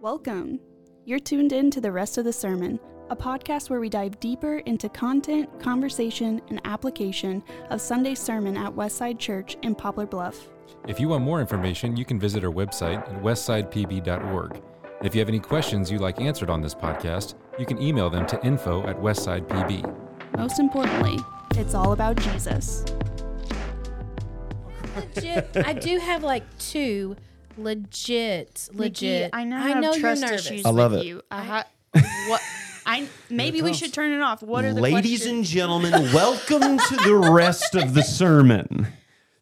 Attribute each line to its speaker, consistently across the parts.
Speaker 1: Welcome. You're tuned in to the rest of the sermon, a podcast where we dive deeper into content, conversation, and application of Sunday's sermon at Westside Church in Poplar Bluff.
Speaker 2: If you want more information, you can visit our website at westsidepb.org. And if you have any questions you'd like answered on this podcast, you can email them to info at westsidepb.
Speaker 1: Most importantly, it's all about Jesus.
Speaker 3: legit. I do have like two legit,
Speaker 4: Nikki,
Speaker 3: legit.
Speaker 4: I know I have trust
Speaker 3: you're nervous.
Speaker 4: issues
Speaker 5: I love
Speaker 4: with
Speaker 5: it.
Speaker 4: you. I ha- what I maybe we should turn it off. What are the
Speaker 5: Ladies
Speaker 4: questions?
Speaker 5: and gentlemen, welcome to the rest of the sermon.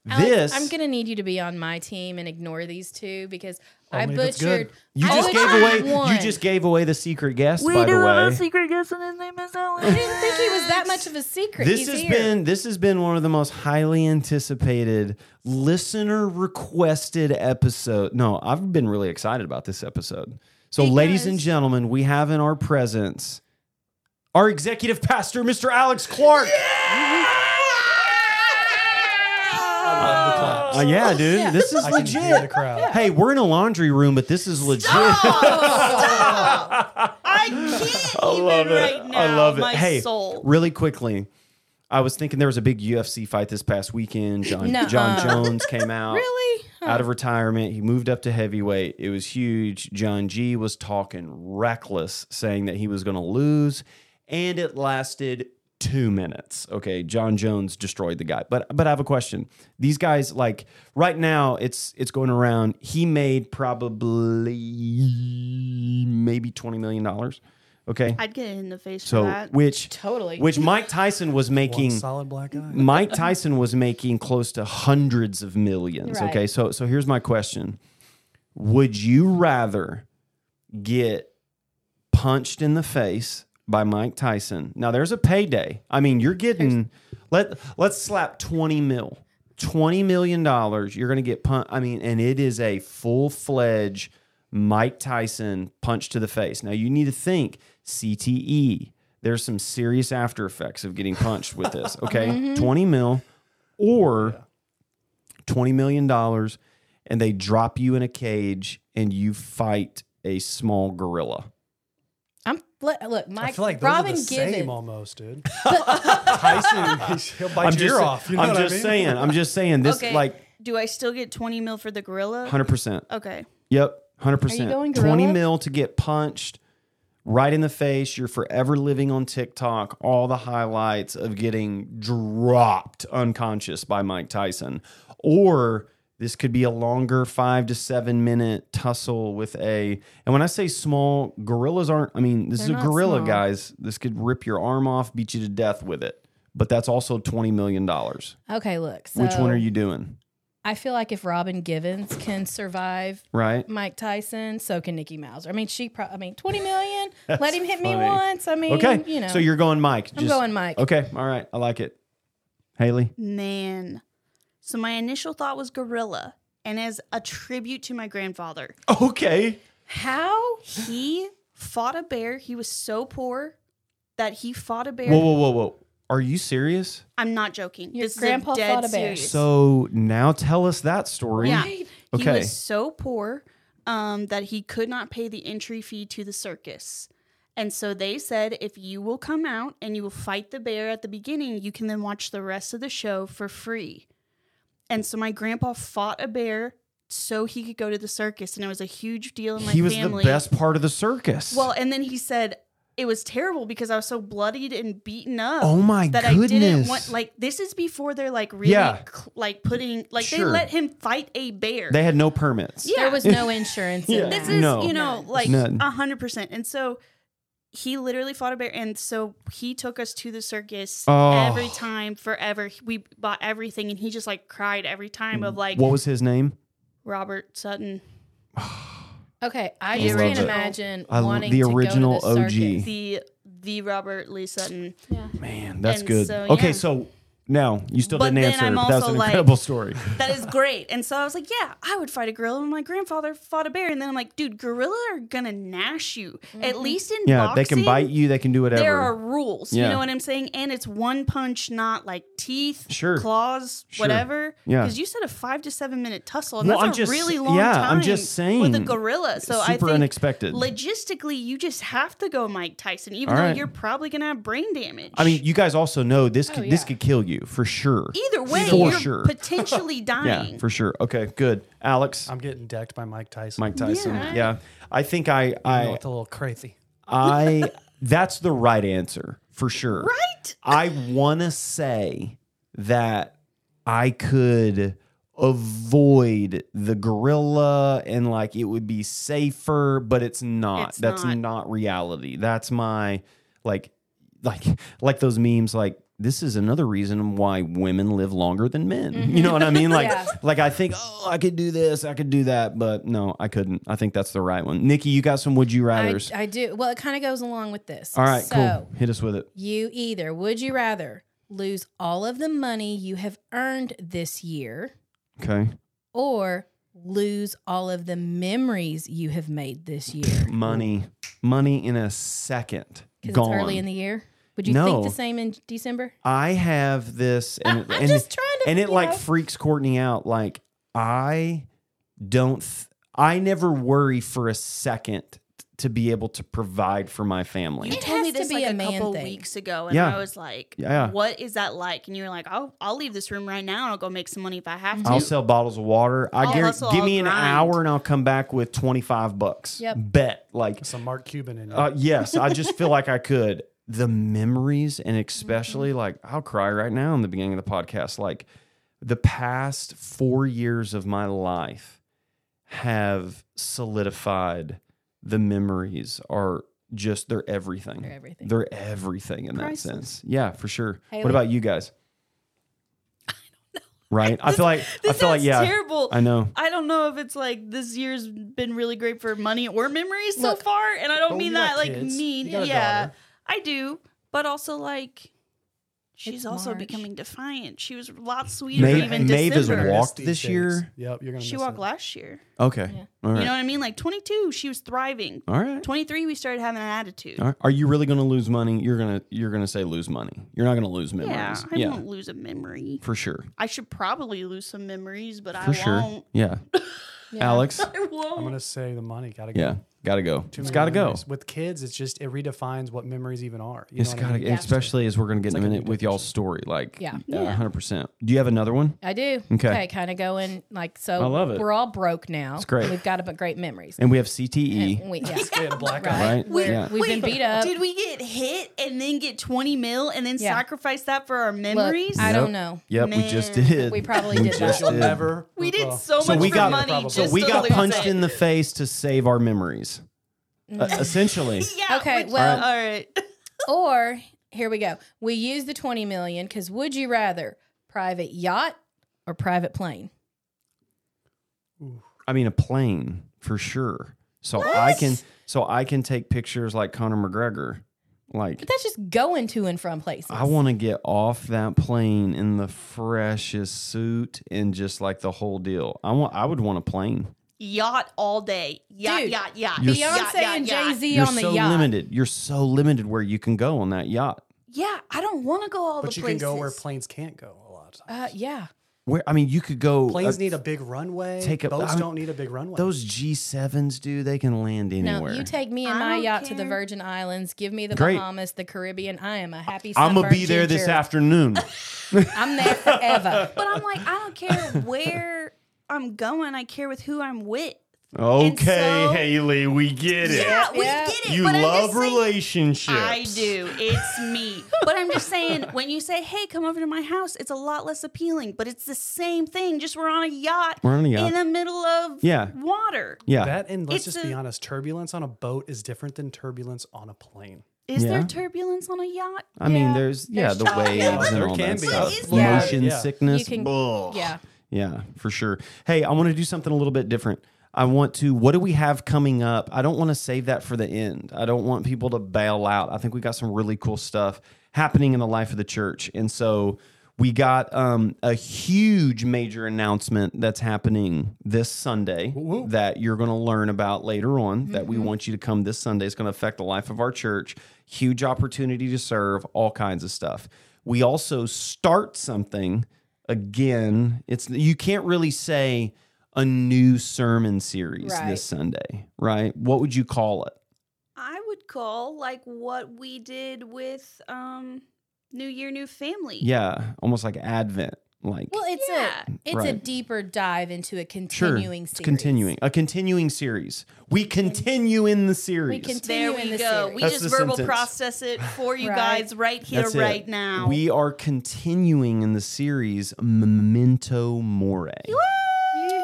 Speaker 3: Alex,
Speaker 5: This
Speaker 3: I'm gonna need you to be on my team and ignore these two because I
Speaker 5: Only if it's
Speaker 3: butchered.
Speaker 5: Oh, good. You
Speaker 3: I
Speaker 5: just gave
Speaker 3: butchered
Speaker 5: away.
Speaker 3: One.
Speaker 5: You just gave away the secret guest. by the way,
Speaker 4: secret guest and his name is
Speaker 3: I didn't think he was that much of a secret.
Speaker 5: this
Speaker 3: He's
Speaker 5: has
Speaker 3: here.
Speaker 5: been this has been one of the most highly anticipated listener requested episode. No, I've been really excited about this episode. So, ladies and
Speaker 3: Because-
Speaker 5: gentlemen, we have in our presence our executive pastor, Mr. Alex Clark. Uh, yeah, dude, this is legit. Hey, we're in a laundry room, but this is legit.
Speaker 4: I can't
Speaker 5: I
Speaker 4: even
Speaker 5: love it.
Speaker 4: right now.
Speaker 5: I love it.
Speaker 4: My
Speaker 5: hey,
Speaker 4: soul.
Speaker 5: really quickly, I was thinking there was a big UFC fight this past weekend. John,
Speaker 3: Nuh-uh.
Speaker 5: John
Speaker 4: Uh-huh.
Speaker 5: Jones came out.
Speaker 3: really.
Speaker 5: Out of retirement, he moved up to heavyweight. It was huge. John G was talking reckless, saying that he was going to lose, and it lasted two minutes. Okay, John Jones destroyed the guy. But but I have a question. These guys, like right now, it's it's going around. He made probably maybe twenty million dollars. Okay,
Speaker 1: I'd get hit in the face for
Speaker 5: so
Speaker 1: that.
Speaker 5: which
Speaker 3: Totally.
Speaker 5: which Mike Tyson was making
Speaker 6: solid black eye.
Speaker 5: Mike Tyson was making close to hundreds of millions.
Speaker 3: Right.
Speaker 5: Okay, so so here's my question: Would you rather get punched in the face by Mike Tyson? Now there's a payday. I mean, you're getting let let's slap twenty mil, twenty million dollars. You're gonna get punched. I mean, and it is a full fledged Mike Tyson punch to the face. Now you need to think CTE. There's some serious after effects of getting punched with this. Okay, twenty mil or twenty million dollars, and they drop you in a cage and you fight a small gorilla.
Speaker 3: I'm look, look Mike.
Speaker 6: I feel like those
Speaker 3: Robin
Speaker 6: are the
Speaker 3: Givens.
Speaker 6: same almost, dude. Tyson, he'll bite your ear
Speaker 5: sa-
Speaker 6: off. You know
Speaker 5: I'm
Speaker 6: what
Speaker 5: just
Speaker 6: I mean?
Speaker 5: saying. I'm just saying. This
Speaker 1: Okay.
Speaker 5: like
Speaker 1: Do I still get 20 mil for the gorilla?
Speaker 5: hundred percent.
Speaker 1: Okay.
Speaker 5: Yep, hundred
Speaker 3: Are you going
Speaker 5: percent.
Speaker 3: gorilla?
Speaker 5: Twenty mil to get punched right in the face. You're forever living on TikTok. All the highlights of getting dropped unconscious by Mike Tyson, or this could be a longer five to seven minute tussle with a. And when I say small, gorillas aren't. I mean, this
Speaker 3: They're
Speaker 5: is a
Speaker 3: not
Speaker 5: gorilla,
Speaker 3: small.
Speaker 5: guys. This could rip your arm off, beat you to death with it. But that's also twenty million dollars.
Speaker 3: Okay, look. So
Speaker 5: Which one are you doing?
Speaker 3: I feel like if Robin Givens can survive
Speaker 5: Right.
Speaker 3: Mike Tyson, so can Nikki Mauser. I mean, she. Pro- I mean, twenty million. let him hit me
Speaker 5: funny.
Speaker 3: once. I mean,
Speaker 5: Okay.
Speaker 3: you know.
Speaker 5: So you're going Mike.
Speaker 3: I'm going Mike.
Speaker 5: Okay. All right. I like it. Haley.
Speaker 1: Man. So my initial thought was gorilla. And as a tribute to my grandfather,
Speaker 5: Okay.
Speaker 3: How?
Speaker 1: he fought a bear. He was so poor that he fought a bear.
Speaker 5: Whoa, whoa, whoa, whoa. Are you serious?
Speaker 1: I'm not joking.
Speaker 3: Your
Speaker 1: this
Speaker 3: grandpa
Speaker 1: is a dead
Speaker 3: fought a bear.
Speaker 1: serious.
Speaker 5: So now tell us that story.
Speaker 1: yeah, he
Speaker 5: Okay.
Speaker 1: was so poor um, that he could not pay the entry fee to the circus. And so they said, if you will come out and you will fight the bear at the beginning, you can then watch the rest of the show for free. And so my grandpa fought a bear so he could go to the circus, and it was a huge deal in my
Speaker 5: He was
Speaker 1: family.
Speaker 5: the best part of the circus.
Speaker 1: Well, and then he said it was terrible because I was so bloodied and beaten up.
Speaker 5: Oh my
Speaker 1: that I didn't
Speaker 5: goodness.
Speaker 1: want like this is before they're like really
Speaker 5: Yeah.
Speaker 1: cl- like putting like they
Speaker 5: Sure.
Speaker 1: let him fight a bear.
Speaker 5: they had no permits.
Speaker 1: Yeah.
Speaker 3: There was no insurance.
Speaker 5: Yeah.
Speaker 3: in
Speaker 1: this
Speaker 3: that.
Speaker 1: is
Speaker 5: No.
Speaker 1: you know like
Speaker 5: None.
Speaker 1: a hundred percent. And so he literally fought a bear, and so he took us to the circus
Speaker 5: Oh.
Speaker 1: every time forever. We bought everything, and he just like cried every time of like
Speaker 5: Mm. What was his name?
Speaker 1: Robert Sutton,
Speaker 3: Okay, I
Speaker 1: I
Speaker 3: just
Speaker 5: love
Speaker 3: can't
Speaker 5: it.
Speaker 3: imagine
Speaker 5: I l-
Speaker 3: wanting
Speaker 5: the
Speaker 3: to
Speaker 5: original
Speaker 3: go to the
Speaker 5: OG.
Speaker 3: circus.
Speaker 1: the the Robert Lee Sutton.
Speaker 5: Man, that's
Speaker 1: And
Speaker 5: good.
Speaker 1: so, yeah.
Speaker 5: Okay, so No, you still
Speaker 1: But
Speaker 5: didn't
Speaker 1: then
Speaker 5: answer.
Speaker 1: I'm
Speaker 5: but that was
Speaker 1: also
Speaker 5: an
Speaker 1: like-
Speaker 5: incredible story.
Speaker 1: That is great. And so I was like, yeah, I would fight a gorilla. And my grandfather fought a bear. And then I'm like, dude, gorilla are gonna gnash you. At least in
Speaker 5: Yeah,
Speaker 1: boxing,
Speaker 5: they can bite you. They can do whatever.
Speaker 1: There are rules.
Speaker 5: Yeah.
Speaker 1: You know what I'm saying? And it's one punch, not like teeth,
Speaker 5: Sure.
Speaker 1: claws, whatever.
Speaker 5: Yeah.
Speaker 1: Because you said a five to seven minute tussle, and
Speaker 5: Well,
Speaker 1: that's
Speaker 5: I'm
Speaker 1: a
Speaker 5: just-
Speaker 1: really long
Speaker 5: yeah,
Speaker 1: time.
Speaker 5: I'm just
Speaker 1: with a
Speaker 5: saying.
Speaker 1: gorilla. So I
Speaker 5: Super
Speaker 1: think
Speaker 5: unexpected.
Speaker 1: Logistically, you just have to go Mike Tyson, even
Speaker 5: All
Speaker 1: though
Speaker 5: right.
Speaker 1: you're probably gonna have brain damage.
Speaker 5: I mean, you guys also know this could this
Speaker 3: yeah.
Speaker 5: could kill you for sure.
Speaker 1: Oh, either way,
Speaker 5: for
Speaker 1: you're
Speaker 5: sure.
Speaker 1: potentially dying.
Speaker 5: Yeah, for sure. Okay, good. Alex,
Speaker 6: I'm getting decked by Mike Tyson.
Speaker 5: Mike Tyson. Yeah. I think I
Speaker 6: You know,
Speaker 5: I
Speaker 6: it's a little crazy.
Speaker 5: I that's the right answer for sure.
Speaker 1: right?
Speaker 5: I want to say that I could avoid the gorilla and like it would be safer, but it's not.
Speaker 1: It's
Speaker 5: That's not.
Speaker 1: not.
Speaker 5: reality. That's my like like like those memes like this is another reason why women live longer than men. You know what I mean? Like
Speaker 3: Yeah.
Speaker 5: like I think oh I could do this, I could do that, but no, I couldn't. I think that's the right one. Nikki, you got some would you
Speaker 3: I,
Speaker 5: rather's?
Speaker 3: I do. Well, it kind of goes along with this.
Speaker 5: All right,
Speaker 3: so,
Speaker 5: cool. Hit us with it.
Speaker 3: You either would you rather lose all of the money you have earned this year
Speaker 5: Okay.
Speaker 3: or lose all of the memories you have made this year?
Speaker 5: money, money in a second.
Speaker 3: Because it's
Speaker 5: Gone.
Speaker 3: early in the year. Would you
Speaker 5: No.
Speaker 3: think the same in December?
Speaker 5: I have this, and it, and,
Speaker 3: just trying to,
Speaker 5: and it
Speaker 3: you
Speaker 5: like
Speaker 3: know.
Speaker 5: freaks Courtney out. Like I don't, th- I never worry for a second to be able to provide for my family.
Speaker 1: You
Speaker 3: It
Speaker 1: told me
Speaker 3: has to
Speaker 1: this
Speaker 3: be
Speaker 1: like
Speaker 3: a
Speaker 1: a,
Speaker 3: man
Speaker 1: couple
Speaker 3: thing.
Speaker 1: weeks ago, and
Speaker 5: Yeah.
Speaker 1: I was like,
Speaker 5: Yeah.
Speaker 1: "What is that like?" And you were like, "I'll I'll leave this room right now, and I'll go make some money if I have to."
Speaker 5: Mm-hmm. I'll sell bottles of water.
Speaker 1: I'll
Speaker 5: I
Speaker 3: Oh,
Speaker 5: guarantee.
Speaker 1: hustle,
Speaker 5: Give
Speaker 1: I'll
Speaker 5: me an
Speaker 1: grind.
Speaker 5: hour, and I'll come back with twenty five bucks.
Speaker 3: Yep.
Speaker 5: Bet like
Speaker 6: Some Mark Cuban in you.
Speaker 5: Uh, yes, I just feel like I could. The memories, and especially like I'll cry right now in the beginning of the podcast. Like the past four years of my life have solidified the memories are just they're everything.
Speaker 3: They're everything.
Speaker 5: They're everything in
Speaker 1: Priceless.
Speaker 5: that sense. Yeah, for sure.
Speaker 3: Haley.
Speaker 5: What about you guys? Right? I feel like I
Speaker 1: This
Speaker 5: feel like
Speaker 1: sounds
Speaker 5: yeah.
Speaker 1: terrible.
Speaker 5: I know.
Speaker 1: I don't know if it's like this year's been really great for money or memories
Speaker 3: Look,
Speaker 1: so far, and I don't
Speaker 5: Oh,
Speaker 6: but
Speaker 1: mean
Speaker 6: you got
Speaker 1: that like
Speaker 6: kids.
Speaker 1: mean.
Speaker 6: You got a
Speaker 1: Yeah,
Speaker 6: daughter.
Speaker 1: I do, but also like she's
Speaker 3: It's
Speaker 1: also
Speaker 3: March.
Speaker 1: becoming defiant. She was a lot sweeter
Speaker 5: Maeve,
Speaker 1: even
Speaker 5: Maeve has
Speaker 1: December.
Speaker 5: walked
Speaker 6: These
Speaker 5: this
Speaker 6: things.
Speaker 5: year.
Speaker 6: Yep, you're gonna.
Speaker 1: she
Speaker 6: miss
Speaker 1: walked
Speaker 6: it.
Speaker 1: last year.
Speaker 5: Okay. All right.
Speaker 1: You know what I mean? Like 22, she was thriving.
Speaker 5: All right.
Speaker 1: 23, we started having an attitude.
Speaker 5: Are, are you really going to lose money? You're gonna you're gonna say lose money. You're not gonna lose
Speaker 1: Yeah,
Speaker 5: memories.
Speaker 1: I
Speaker 5: Yeah,
Speaker 1: won't lose a memory.
Speaker 5: for sure,
Speaker 1: I should probably lose some memories, but I
Speaker 5: for sure.
Speaker 1: won't.
Speaker 5: Yeah. Alex.
Speaker 1: I won't.
Speaker 6: I'm gonna say the money. Gotta go.
Speaker 5: Yeah, gotta go.
Speaker 6: Too
Speaker 5: it's
Speaker 6: many
Speaker 5: gotta go.
Speaker 6: memories. With kids, it's just it redefines what memories even are. You
Speaker 5: It's
Speaker 6: know what I
Speaker 5: gotta,
Speaker 6: mean?
Speaker 5: especially as we're gonna get in a
Speaker 6: like a
Speaker 5: minute
Speaker 6: new
Speaker 5: with y'all's story. Like,
Speaker 3: Yeah.
Speaker 5: yeah, hundred percent. Do you have another one?
Speaker 3: I do.
Speaker 5: Okay.
Speaker 3: kind of going like so.
Speaker 5: I love it.
Speaker 3: We're all broke now. It's
Speaker 5: great.
Speaker 3: We've got but great memories.
Speaker 5: And we have E. CTE.
Speaker 3: And we, yeah.
Speaker 6: They had a black eye.
Speaker 5: Right?
Speaker 3: We're-
Speaker 5: Yeah.
Speaker 3: We've been
Speaker 1: Wait,
Speaker 3: beat up.
Speaker 1: Did we get hit and then get 20 mil and then
Speaker 3: Yeah.
Speaker 1: sacrifice that for our
Speaker 3: Look,
Speaker 1: memories?
Speaker 3: I
Speaker 5: Yep.
Speaker 3: don't know.
Speaker 5: yep, we just
Speaker 1: Man.
Speaker 5: did.
Speaker 3: We probably did
Speaker 5: just
Speaker 3: that.
Speaker 6: You'll never. uh,
Speaker 1: we did
Speaker 6: well,
Speaker 1: so much
Speaker 5: so we
Speaker 1: for
Speaker 5: got
Speaker 1: money.
Speaker 5: so
Speaker 1: just
Speaker 5: we
Speaker 1: to
Speaker 5: got
Speaker 1: lose
Speaker 5: punched
Speaker 1: it.
Speaker 5: in the face to save our memories. Uh, essentially,
Speaker 1: Yeah,
Speaker 3: Okay,
Speaker 1: which-
Speaker 3: well-
Speaker 1: all right.
Speaker 3: Or here we go. We use the 20 million because would you rather private yacht or private plane?
Speaker 5: I mean a plane for sure. So I can so I can take pictures like Conor McGregor. Like
Speaker 3: But that's just going to and from places.
Speaker 5: I want to get off that plane in the freshest suit and just like the whole deal. I want. I would want a plane.
Speaker 1: Yacht all day. Yacht,
Speaker 3: Dude,
Speaker 1: yacht, yacht.
Speaker 5: you're
Speaker 3: Beyonce
Speaker 1: yacht, yacht,
Speaker 3: and
Speaker 1: yacht.
Speaker 3: Jay Z
Speaker 5: You're
Speaker 3: on the
Speaker 5: so
Speaker 3: yacht.
Speaker 5: limited. You're so limited where you can go on that yacht.
Speaker 1: Yeah, I don't want to go all
Speaker 6: But
Speaker 1: the
Speaker 6: you can
Speaker 1: places.
Speaker 6: go where planes can't go a lot of times.
Speaker 3: Uh, yeah.
Speaker 5: Where I mean, you could go.
Speaker 6: Planes
Speaker 5: uh,
Speaker 6: need a big runway.
Speaker 5: take a-
Speaker 6: boats
Speaker 5: I mean,
Speaker 6: don't need a big runway.
Speaker 5: Those G sevens, do. They can land
Speaker 3: No,
Speaker 5: anywhere.
Speaker 3: you take me and
Speaker 1: I
Speaker 3: my
Speaker 1: don't
Speaker 3: yacht to the
Speaker 1: care.
Speaker 3: Virgin Islands. Give me the
Speaker 5: Great.
Speaker 3: Bahamas, the Caribbean. I am a happy.
Speaker 5: I'm gonna be
Speaker 3: sunburned
Speaker 5: there this
Speaker 3: ginger.
Speaker 5: afternoon.
Speaker 3: I'm there forever.
Speaker 1: But I'm like, I don't care where I'm going. I care with who I'm with.
Speaker 5: okay,
Speaker 1: so-
Speaker 5: Haley, we get it.
Speaker 1: Yeah, we
Speaker 3: Yeah.
Speaker 1: get it.
Speaker 5: You
Speaker 1: but I'm
Speaker 5: love
Speaker 1: just saying-
Speaker 5: relationships.
Speaker 1: I do. It's me. but I'm just saying, when you say, "Hey, come over to my house," it's a lot less appealing. But it's the same thing. Just we're on a yacht.
Speaker 5: We're on a yacht.
Speaker 1: in the middle of
Speaker 5: Yeah.
Speaker 1: water.
Speaker 5: Yeah.
Speaker 6: That and let's
Speaker 1: It's
Speaker 6: just be
Speaker 1: a-
Speaker 6: honest, turbulence on a boat is different than turbulence on a plane.
Speaker 1: Is
Speaker 5: Yeah.
Speaker 1: there turbulence on a yacht?
Speaker 5: I mean, there's yeah, the waves and
Speaker 6: There
Speaker 5: all
Speaker 6: can
Speaker 5: that
Speaker 6: be.
Speaker 5: stuff.
Speaker 1: What is
Speaker 5: Motion
Speaker 3: that?
Speaker 6: Yeah.
Speaker 5: sickness.
Speaker 3: You can-
Speaker 5: Ugh.
Speaker 3: yeah.
Speaker 5: Yeah, for sure. Hey, I want to do something a little bit different. I want to. What do we have coming up? I don't want to save that for the end. I don't want people to bail out. I think we got some really cool stuff happening in the life of the church, and so We got um, a huge major announcement that's happening this Sunday
Speaker 6: Whoa. Mm-hmm.
Speaker 5: that you're going to learn about later on that we want you to come this Sunday. It's going to affect the life of our church. Huge opportunity to serve, all kinds of stuff. We also start something again. It's you can't really say a new sermon series
Speaker 3: Right.
Speaker 5: this Sunday, right? What would you call it?
Speaker 1: I would call like what we did with um New Year, New Family.
Speaker 5: Yeah, almost like Advent, like
Speaker 3: Well, it's
Speaker 1: Yeah.
Speaker 3: a it's a
Speaker 5: Right.
Speaker 3: deeper dive into a
Speaker 5: sure,
Speaker 3: continuing
Speaker 5: it's
Speaker 3: series.
Speaker 5: continuing a continuing series. We continue in the
Speaker 3: We
Speaker 5: series.
Speaker 3: continue
Speaker 1: There
Speaker 3: in
Speaker 1: we
Speaker 3: the
Speaker 1: go.
Speaker 3: series.
Speaker 1: We
Speaker 5: That's the
Speaker 1: just verbal
Speaker 5: sentence.
Speaker 1: process it for you
Speaker 3: Right.
Speaker 1: guys right here,
Speaker 5: That's it.
Speaker 1: right now.
Speaker 5: We are continuing in the series Memento Mori.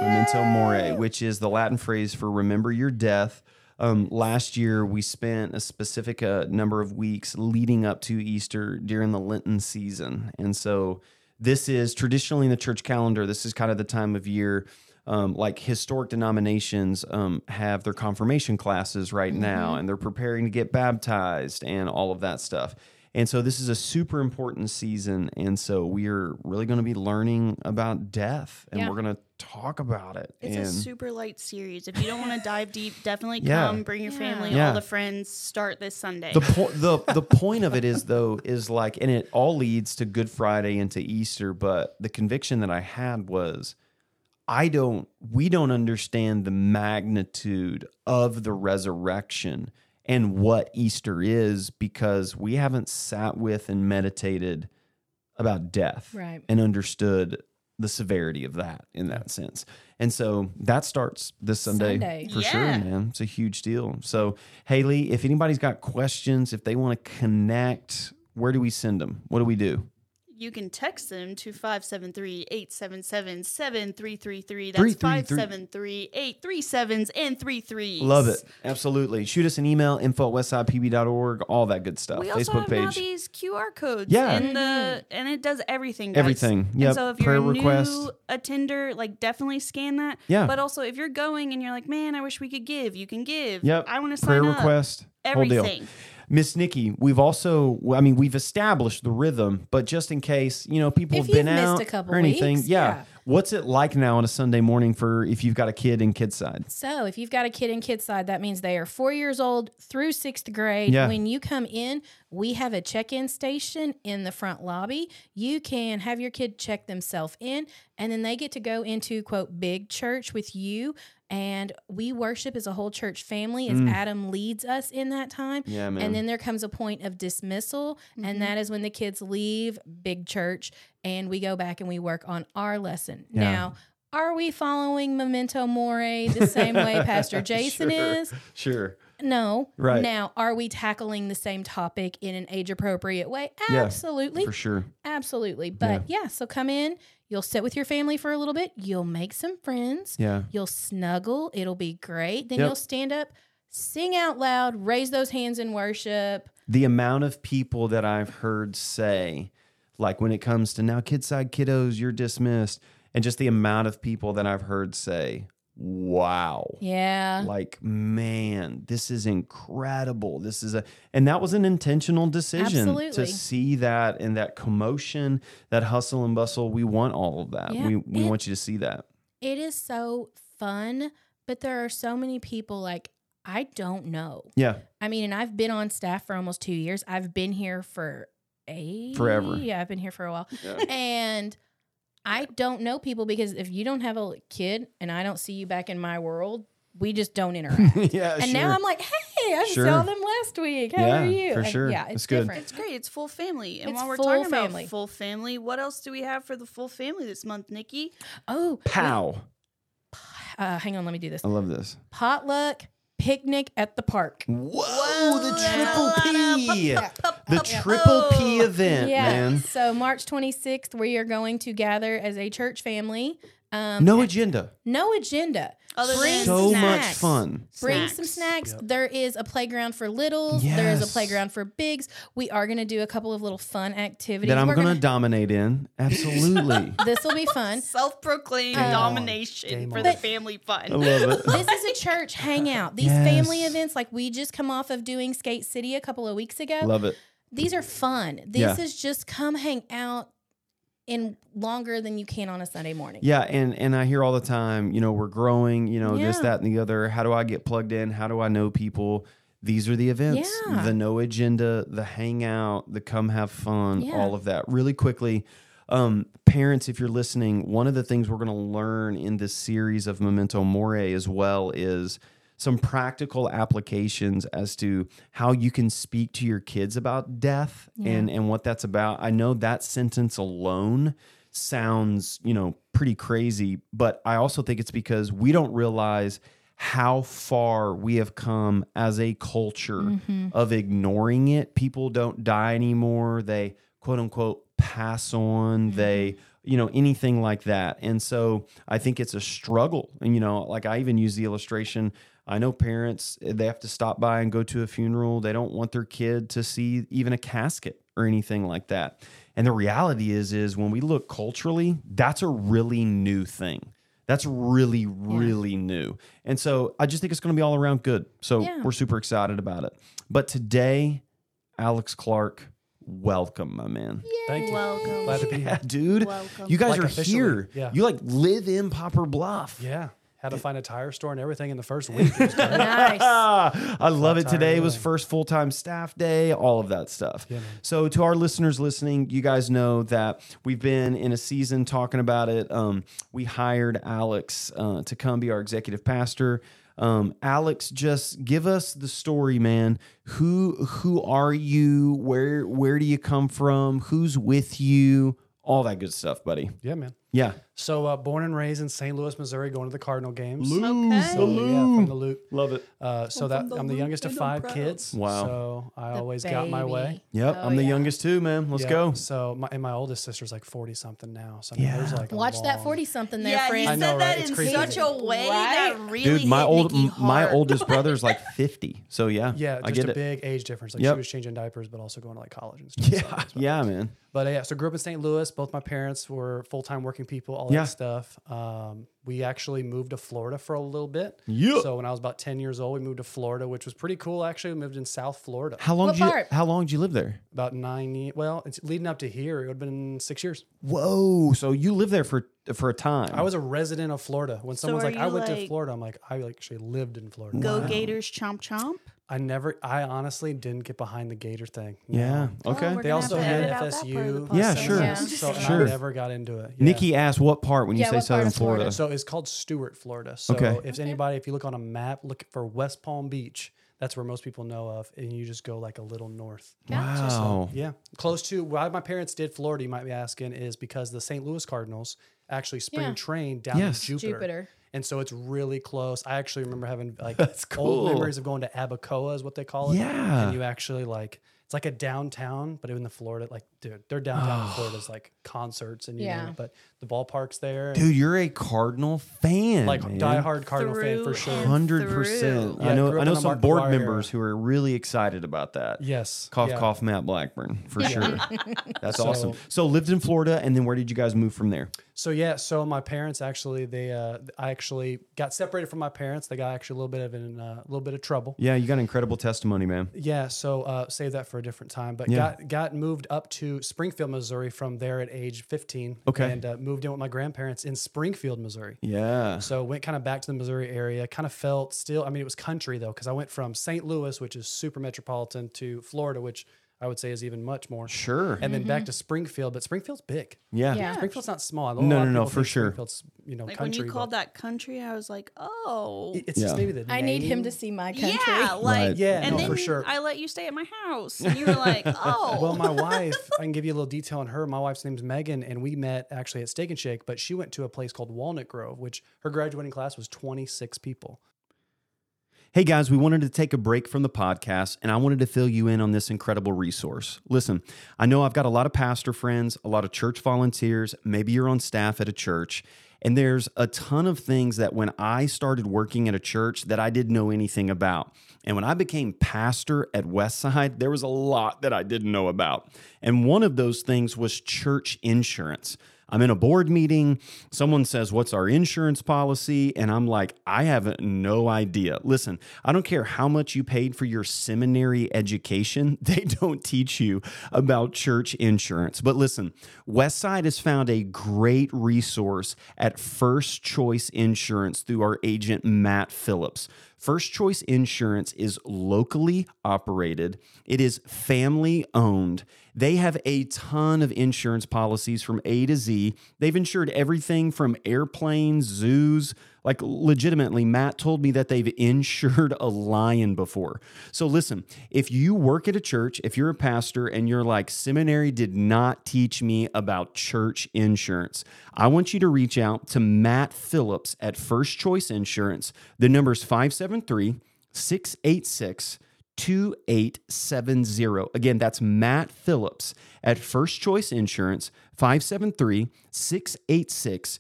Speaker 5: Memento Mori, which is the Latin phrase for remember your death. Um, last year, we spent a specific uh, number of weeks leading up to Easter during the Lenten season. And so, this is traditionally in the church calendar, this is kind of the time of year. Um, like historic denominations um, have their confirmation classes right
Speaker 1: Mm-hmm.
Speaker 5: now, and they're preparing to get baptized and all of that stuff. And so this is a super important season. And so we are really going to be learning about death and
Speaker 3: Yeah.
Speaker 5: we're going to talk about it.
Speaker 1: it's
Speaker 5: and
Speaker 1: a super light series. If you don't want to dive deep, definitely
Speaker 5: Yeah.
Speaker 1: come, bring your family,
Speaker 5: Yeah.
Speaker 1: all the friends, start this Sunday.
Speaker 5: the, po- the, the point of it is, though, is like, and it all leads to Good Friday and to Easter. But the conviction that I had was I don't, we don't understand the magnitude of the resurrection and what Easter is because we haven't sat with and meditated about death
Speaker 3: Right.
Speaker 5: and understood the severity of that in that sense. And so that starts this Sunday,
Speaker 3: Sunday.
Speaker 5: for sure,
Speaker 1: Yeah.
Speaker 5: man. It's a huge deal. So, Haley, if anybody's got questions, if they want to connect, where do we send them? What do we do?
Speaker 1: you can text them to 573-877-7333. That's 573-837s and 33s.
Speaker 5: Love it. Absolutely. Shoot us an email, info at westsidepb.org, all that good stuff.
Speaker 1: We also
Speaker 5: Uh, Facebook
Speaker 1: have now
Speaker 5: page.
Speaker 1: these QR codes.
Speaker 5: Yeah.
Speaker 1: And the and it does everything. Guys.
Speaker 5: Everything.
Speaker 1: Yeah.
Speaker 5: Yep.
Speaker 1: So if
Speaker 5: Prayer
Speaker 1: you're new
Speaker 5: request.
Speaker 1: attender, like definitely scan that.
Speaker 5: Yeah.
Speaker 1: But also if you're going and you're like, man, I wish we could give. You can give.
Speaker 5: Yep.
Speaker 1: I want to
Speaker 5: Prayer
Speaker 1: sign up.
Speaker 5: request. Whole deal.
Speaker 1: Everything.
Speaker 5: Miss Nikki, we've also, well, I mean, we've established the rhythm, but just in case, you know, people
Speaker 3: If
Speaker 5: have been
Speaker 3: you've missed
Speaker 5: out
Speaker 3: a couple
Speaker 5: or anything,
Speaker 3: weeks,
Speaker 5: yeah.
Speaker 3: yeah.
Speaker 5: What's it like now on a Sunday morning for if you've got a kid in kids side?
Speaker 3: So, if you've got a kid in kids side, that means they are four years old through sixth grade.
Speaker 5: Yeah.
Speaker 3: When you come in, we have a check-in station in the front lobby. You can have your kid check themselves in, and then they get to go into quote big church with you. And we worship as a whole church family as Adam leads us in that time.
Speaker 5: Mm. Yeah, man.
Speaker 3: And then there comes a point of dismissal, and that is when the kids leave big church and we go back and we work on our lesson.
Speaker 5: Yeah.
Speaker 3: Now, are we following Memento Mori the same way Pastor Jason
Speaker 5: Sure.
Speaker 3: is?
Speaker 5: Sure.
Speaker 3: No.
Speaker 5: Right.
Speaker 3: Now, are we tackling the same topic in an age appropriate way?
Speaker 5: Yeah,
Speaker 3: Absolutely.
Speaker 5: For sure.
Speaker 3: Absolutely. But yeah, so come in, you'll sit with your family for a little bit, you'll make some friends,
Speaker 5: Yeah.
Speaker 3: you'll snuggle, it'll be great. Then
Speaker 5: Yep.
Speaker 3: you'll stand up, sing out loud, raise those hands in worship.
Speaker 5: the amount of people that I've heard say, like when it comes to now kid side kiddos, you're dismissed, and just the amount of people that I've heard say, wow.
Speaker 3: Yeah.
Speaker 5: Like, man, this is incredible. This is a, and that was an intentional decision
Speaker 3: Absolutely.
Speaker 5: to see that and that commotion, that hustle and bustle. We want all of that.
Speaker 3: Yeah.
Speaker 5: We, we
Speaker 3: And-
Speaker 5: want you to see that.
Speaker 3: It is so fun, but there are so many people like I don't know.
Speaker 5: Yeah.
Speaker 3: I mean, and I've been on staff for almost two years. I've been here for eight
Speaker 5: Forever.
Speaker 3: Yeah, I've been here for a while,
Speaker 5: Yeah.
Speaker 3: and I don't know people because if you don't have a kid and I don't see you back in my world, we just don't interact.
Speaker 5: yeah.
Speaker 3: and now I'm like, hey, I
Speaker 5: Sure.
Speaker 3: saw them last week. How
Speaker 5: Yeah,
Speaker 3: are you?
Speaker 5: for
Speaker 3: And
Speaker 5: sure.
Speaker 3: Yeah, it's,
Speaker 5: It's good.
Speaker 3: different.
Speaker 1: It's great. It's full family. And
Speaker 3: It's
Speaker 1: while we're
Speaker 3: full
Speaker 1: talking
Speaker 3: family.
Speaker 1: about full family, what else do we have for the full family this month, Nikki?
Speaker 3: Oh,
Speaker 5: Pow.
Speaker 3: uh, hang on, let me do this.
Speaker 5: I love this.
Speaker 3: Potluck picnic at the park.
Speaker 5: Whoa,
Speaker 1: that's a
Speaker 5: the triple P.
Speaker 1: Pop,
Speaker 5: The
Speaker 1: pop,
Speaker 5: triple P
Speaker 1: oh.
Speaker 5: event, man.
Speaker 3: So March 26th, we are going to gather as a church family. Um,
Speaker 5: No agenda.
Speaker 3: no agenda.
Speaker 1: Other
Speaker 3: Bring
Speaker 1: than
Speaker 5: So much
Speaker 3: snacks.
Speaker 5: fun.
Speaker 3: Bring some
Speaker 1: Oh, Snacks.
Speaker 3: snacks. There is a playground for littles. There is a
Speaker 5: Yes.
Speaker 3: playground for bigs. We are going to do a couple of little fun activities.
Speaker 5: That I'm
Speaker 3: We're
Speaker 5: going to dominate in. Absolutely.
Speaker 3: this will be fun.
Speaker 1: Self-proclaimed domination for the family fun.
Speaker 5: I love it.
Speaker 3: this is a church hangout. These
Speaker 5: Yes.
Speaker 3: family events, like we just come off of doing Skate City a couple of weeks ago.
Speaker 5: Love it.
Speaker 3: These are fun. This
Speaker 5: Yeah.
Speaker 3: is just come hang out in longer than you can on a Sunday morning.
Speaker 5: Yeah, and and I hear all the time, you know, we're growing, you know, this,
Speaker 3: Yeah.
Speaker 5: that, and the other. How do I get plugged in? How do I know people? These are the events,
Speaker 3: Yeah.
Speaker 5: the no agenda, the hangout, the come have fun,
Speaker 3: Yeah.
Speaker 5: all of that. Really quickly, um, parents, if you're listening, one of the things we're going to learn in this series of Memento Mori as well is some practical applications as to how you can speak to your kids about death and and what that's about. I know that sentence alone sounds, you know, pretty crazy, but I also think it's because we don't realize how far we have come as a culture of ignoring it. People don't die anymore. They quote unquote pass on. They, you know, anything like that. And so I think it's a struggle. And, you know, like I even use the illustration. I know parents, they have to stop by and go to a funeral. They don't want their kid to see even a casket or anything like that. And the reality is, is when we look culturally, that's a really new thing. That's really, really new. And so I just think it's going to be all around good. So
Speaker 3: Yeah.
Speaker 5: we're super excited about it. But today, Alex Clark, welcome, my man.
Speaker 6: Thank you.
Speaker 1: Welcome.
Speaker 6: Glad to be
Speaker 5: Yeah,
Speaker 6: here.
Speaker 5: dude.
Speaker 1: Welcome.
Speaker 5: You guys
Speaker 6: Like
Speaker 5: are
Speaker 6: officially,
Speaker 5: here.
Speaker 6: yeah.
Speaker 5: You like live in Popper Bluff.
Speaker 6: Yeah. Had to find a tire store and everything in the first week. It was terrible.
Speaker 3: nice.
Speaker 5: Ah, I love it.
Speaker 6: Full-time
Speaker 5: Today was
Speaker 6: living.
Speaker 5: first full time staff day, all of that stuff. so, to our listeners listening, you guys know that we've been in a season talking about it. Um, we hired Alex uh, to come be our executive pastor. Um, Alex, just give us the story, man. Who who are you? Where where do you come from? Who's with you? All that good stuff, buddy.
Speaker 6: yeah, man.
Speaker 5: Yeah,
Speaker 6: So uh, born and raised in St. Louis, Missouri, going to the Cardinal games.
Speaker 1: Okay. Oh,
Speaker 6: So, yeah, from the loop.
Speaker 5: love it.
Speaker 6: Uh, so that I'm the youngest of five kids.
Speaker 5: Wow.
Speaker 6: So I always got my way.
Speaker 5: Yep,
Speaker 3: Oh,
Speaker 5: I'm the
Speaker 3: yeah.
Speaker 5: youngest too, man. Let's
Speaker 6: Yeah,
Speaker 5: go.
Speaker 6: So my and my oldest sister's like forty something now. So I mean,
Speaker 5: Yeah.
Speaker 6: there's like a
Speaker 3: Watch that
Speaker 6: long-
Speaker 3: 40 something there,
Speaker 1: yeah,
Speaker 3: friend.
Speaker 1: he
Speaker 6: I
Speaker 1: said
Speaker 6: know,
Speaker 1: that
Speaker 6: right? It's
Speaker 1: in
Speaker 6: crazy.
Speaker 1: such a way
Speaker 3: Right?
Speaker 1: that really
Speaker 5: Dude, my
Speaker 1: hit
Speaker 5: old
Speaker 1: Nikki
Speaker 5: m- my
Speaker 1: hard.
Speaker 5: oldest brother's like 50. So yeah.
Speaker 6: Yeah,
Speaker 5: I
Speaker 6: just
Speaker 5: get
Speaker 6: a
Speaker 5: it.
Speaker 6: big age difference. Like
Speaker 5: Yep.
Speaker 6: she was changing diapers, but also going to like college and stuff. so
Speaker 5: yeah.
Speaker 6: it's-
Speaker 5: Yeah, man.
Speaker 6: But uh, yeah, so grew up in St. Louis. Both my parents were full time working people, all
Speaker 5: Yeah.
Speaker 6: that stuff. Um, we actually moved to Florida for a little bit.
Speaker 5: Yeah.
Speaker 6: So when I was about ten years old, we moved to Florida, which was pretty cool. Actually, we moved in South Florida
Speaker 5: How long
Speaker 3: What
Speaker 5: did you
Speaker 3: part?
Speaker 5: how long did you live there?
Speaker 6: about nine. ye- Well, it's leading up to here. It would have been six years.
Speaker 5: Whoa. So you lived there for for a time.
Speaker 6: I was a resident of Florida. When someone's
Speaker 1: are
Speaker 6: like, "I
Speaker 1: you,
Speaker 6: went to
Speaker 1: like-
Speaker 6: Florida," I'm like, "I actually lived in Florida."
Speaker 1: Go Gators, chomp chomp.
Speaker 6: I never. I honestly didn't get behind the Gator thing. No.
Speaker 5: Yeah. Okay.
Speaker 4: we're
Speaker 6: They
Speaker 4: gonna
Speaker 6: also
Speaker 4: have to
Speaker 6: had
Speaker 4: edit out that part of
Speaker 6: FSU.
Speaker 4: the
Speaker 5: Yeah,
Speaker 4: podcast.
Speaker 5: sure.
Speaker 3: Yeah.
Speaker 6: So
Speaker 5: Sure.
Speaker 6: I never got into it. Yeah.
Speaker 5: Nikki asked what part when you
Speaker 3: Yeah,
Speaker 5: say
Speaker 3: what part
Speaker 5: southern
Speaker 3: of
Speaker 5: Florida.
Speaker 3: Florida?
Speaker 6: So it's called Stewart, Florida. So
Speaker 5: Okay.
Speaker 6: if anybody, if you look on a map, look for West Palm Beach. That's where most people know of, and you just go like a little north.
Speaker 5: Wow.
Speaker 6: Yeah, close to why my parents did Florida. You might be asking is because the St. Louis Cardinals actually spring
Speaker 3: Yeah.
Speaker 6: trained down
Speaker 5: Yes.
Speaker 6: to Jupiter.
Speaker 3: Jupiter.
Speaker 6: And so it's really close. I actually remember having like
Speaker 5: cool.
Speaker 6: old memories of going to Abacoa is what they call it.
Speaker 5: Yeah.
Speaker 6: And you actually like it's like a downtown, but in the Florida, like dude, their downtown
Speaker 5: Oh.
Speaker 6: in Florida is like concerts and you
Speaker 3: Yeah.
Speaker 6: know, but the ballpark's there. and-
Speaker 5: Dude, you're a Cardinal fan.
Speaker 6: like
Speaker 5: man.
Speaker 6: diehard Cardinal fan for
Speaker 1: Through
Speaker 6: sure.
Speaker 1: and
Speaker 5: Hundred percent.
Speaker 1: through.
Speaker 6: Yeah,
Speaker 5: I know.
Speaker 6: grew up
Speaker 5: I know
Speaker 6: in the
Speaker 5: some
Speaker 6: Mark
Speaker 5: board
Speaker 6: McGuire
Speaker 5: members who are really excited about that.
Speaker 6: Yes.
Speaker 5: Cough,
Speaker 6: yeah.
Speaker 5: cough, Matt Blackburn for sure. That's
Speaker 6: So-
Speaker 5: awesome. So lived in Florida, and then where did you guys move from there?
Speaker 6: So yeah, so my parents actually they uh I actually got separated from my parents. They got actually a little bit of an uh, little bit of trouble.
Speaker 5: Yeah, you got incredible testimony, man.
Speaker 6: Yeah, so uh, save that for a different time. But
Speaker 5: Yeah.
Speaker 6: got got moved up to Springfield, Missouri, from there at age fifteen.
Speaker 5: Okay.
Speaker 6: and uh, moved in with my grandparents in Springfield, Missouri.
Speaker 5: Yeah.
Speaker 6: So went kind of back to the Missouri area. Kind of felt still. I mean, it was country though, because I went from St. Louis, which is super metropolitan, to Florida, which I would say is even much more.
Speaker 5: Sure.
Speaker 6: And then back to Springfield, but Springfield's big.
Speaker 5: yeah.
Speaker 3: Yeah.
Speaker 6: Springfield's not small.
Speaker 5: No, no, no, for sure.
Speaker 6: Springfield's you know
Speaker 1: Like
Speaker 6: country.
Speaker 1: when you called
Speaker 6: but
Speaker 1: that country, I was like, oh.
Speaker 6: it's just
Speaker 5: Yeah.
Speaker 6: maybe the
Speaker 3: I need him
Speaker 6: name.
Speaker 3: to see my country.
Speaker 1: Yeah, like
Speaker 5: Right.
Speaker 6: Yeah,
Speaker 1: and
Speaker 6: no,
Speaker 1: then
Speaker 6: for sure.
Speaker 1: I let you stay at my house, and you were like, "Oh,
Speaker 6: Well, my wife, I can give you a little detail on her. My wife's name's Megan, and we met actually at Steak and Shake, but she went to a place called Walnut Grove, which her graduating class was 26 people.
Speaker 5: Hey guys, we wanted to take a break from the podcast and I wanted to fill you in on this incredible resource. Listen, I know I've got a lot of pastor friends, a lot of church volunteers, maybe you're on staff at a church, and there's a ton of things that when I started working at a church that I didn't know anything about. And when I became pastor at Westside, there was a lot that I didn't know about. And one of those things was church insurance. I'm in a board meeting. Someone says, What's our insurance policy? And I'm like, I have no idea. Listen, I don't care how much you paid for your seminary education, they don't teach you about church insurance. But listen, Westside has found a great resource at First Choice Insurance through our agent, Matt Phillips. First Choice Insurance is locally operated, it is family owned. They have a ton of insurance policies from A to Z. They've insured everything from airplanes, zoos, like legitimately, Matt told me that they've insured a lion before. So listen, if you work at a church, if you're a pastor and you're like, seminary did not teach me about church insurance, I want you to reach out to Matt Phillips at First Choice Insurance. The number is 573 686 2870. Again, that's Matt Phillips at First Choice Insurance, 573 686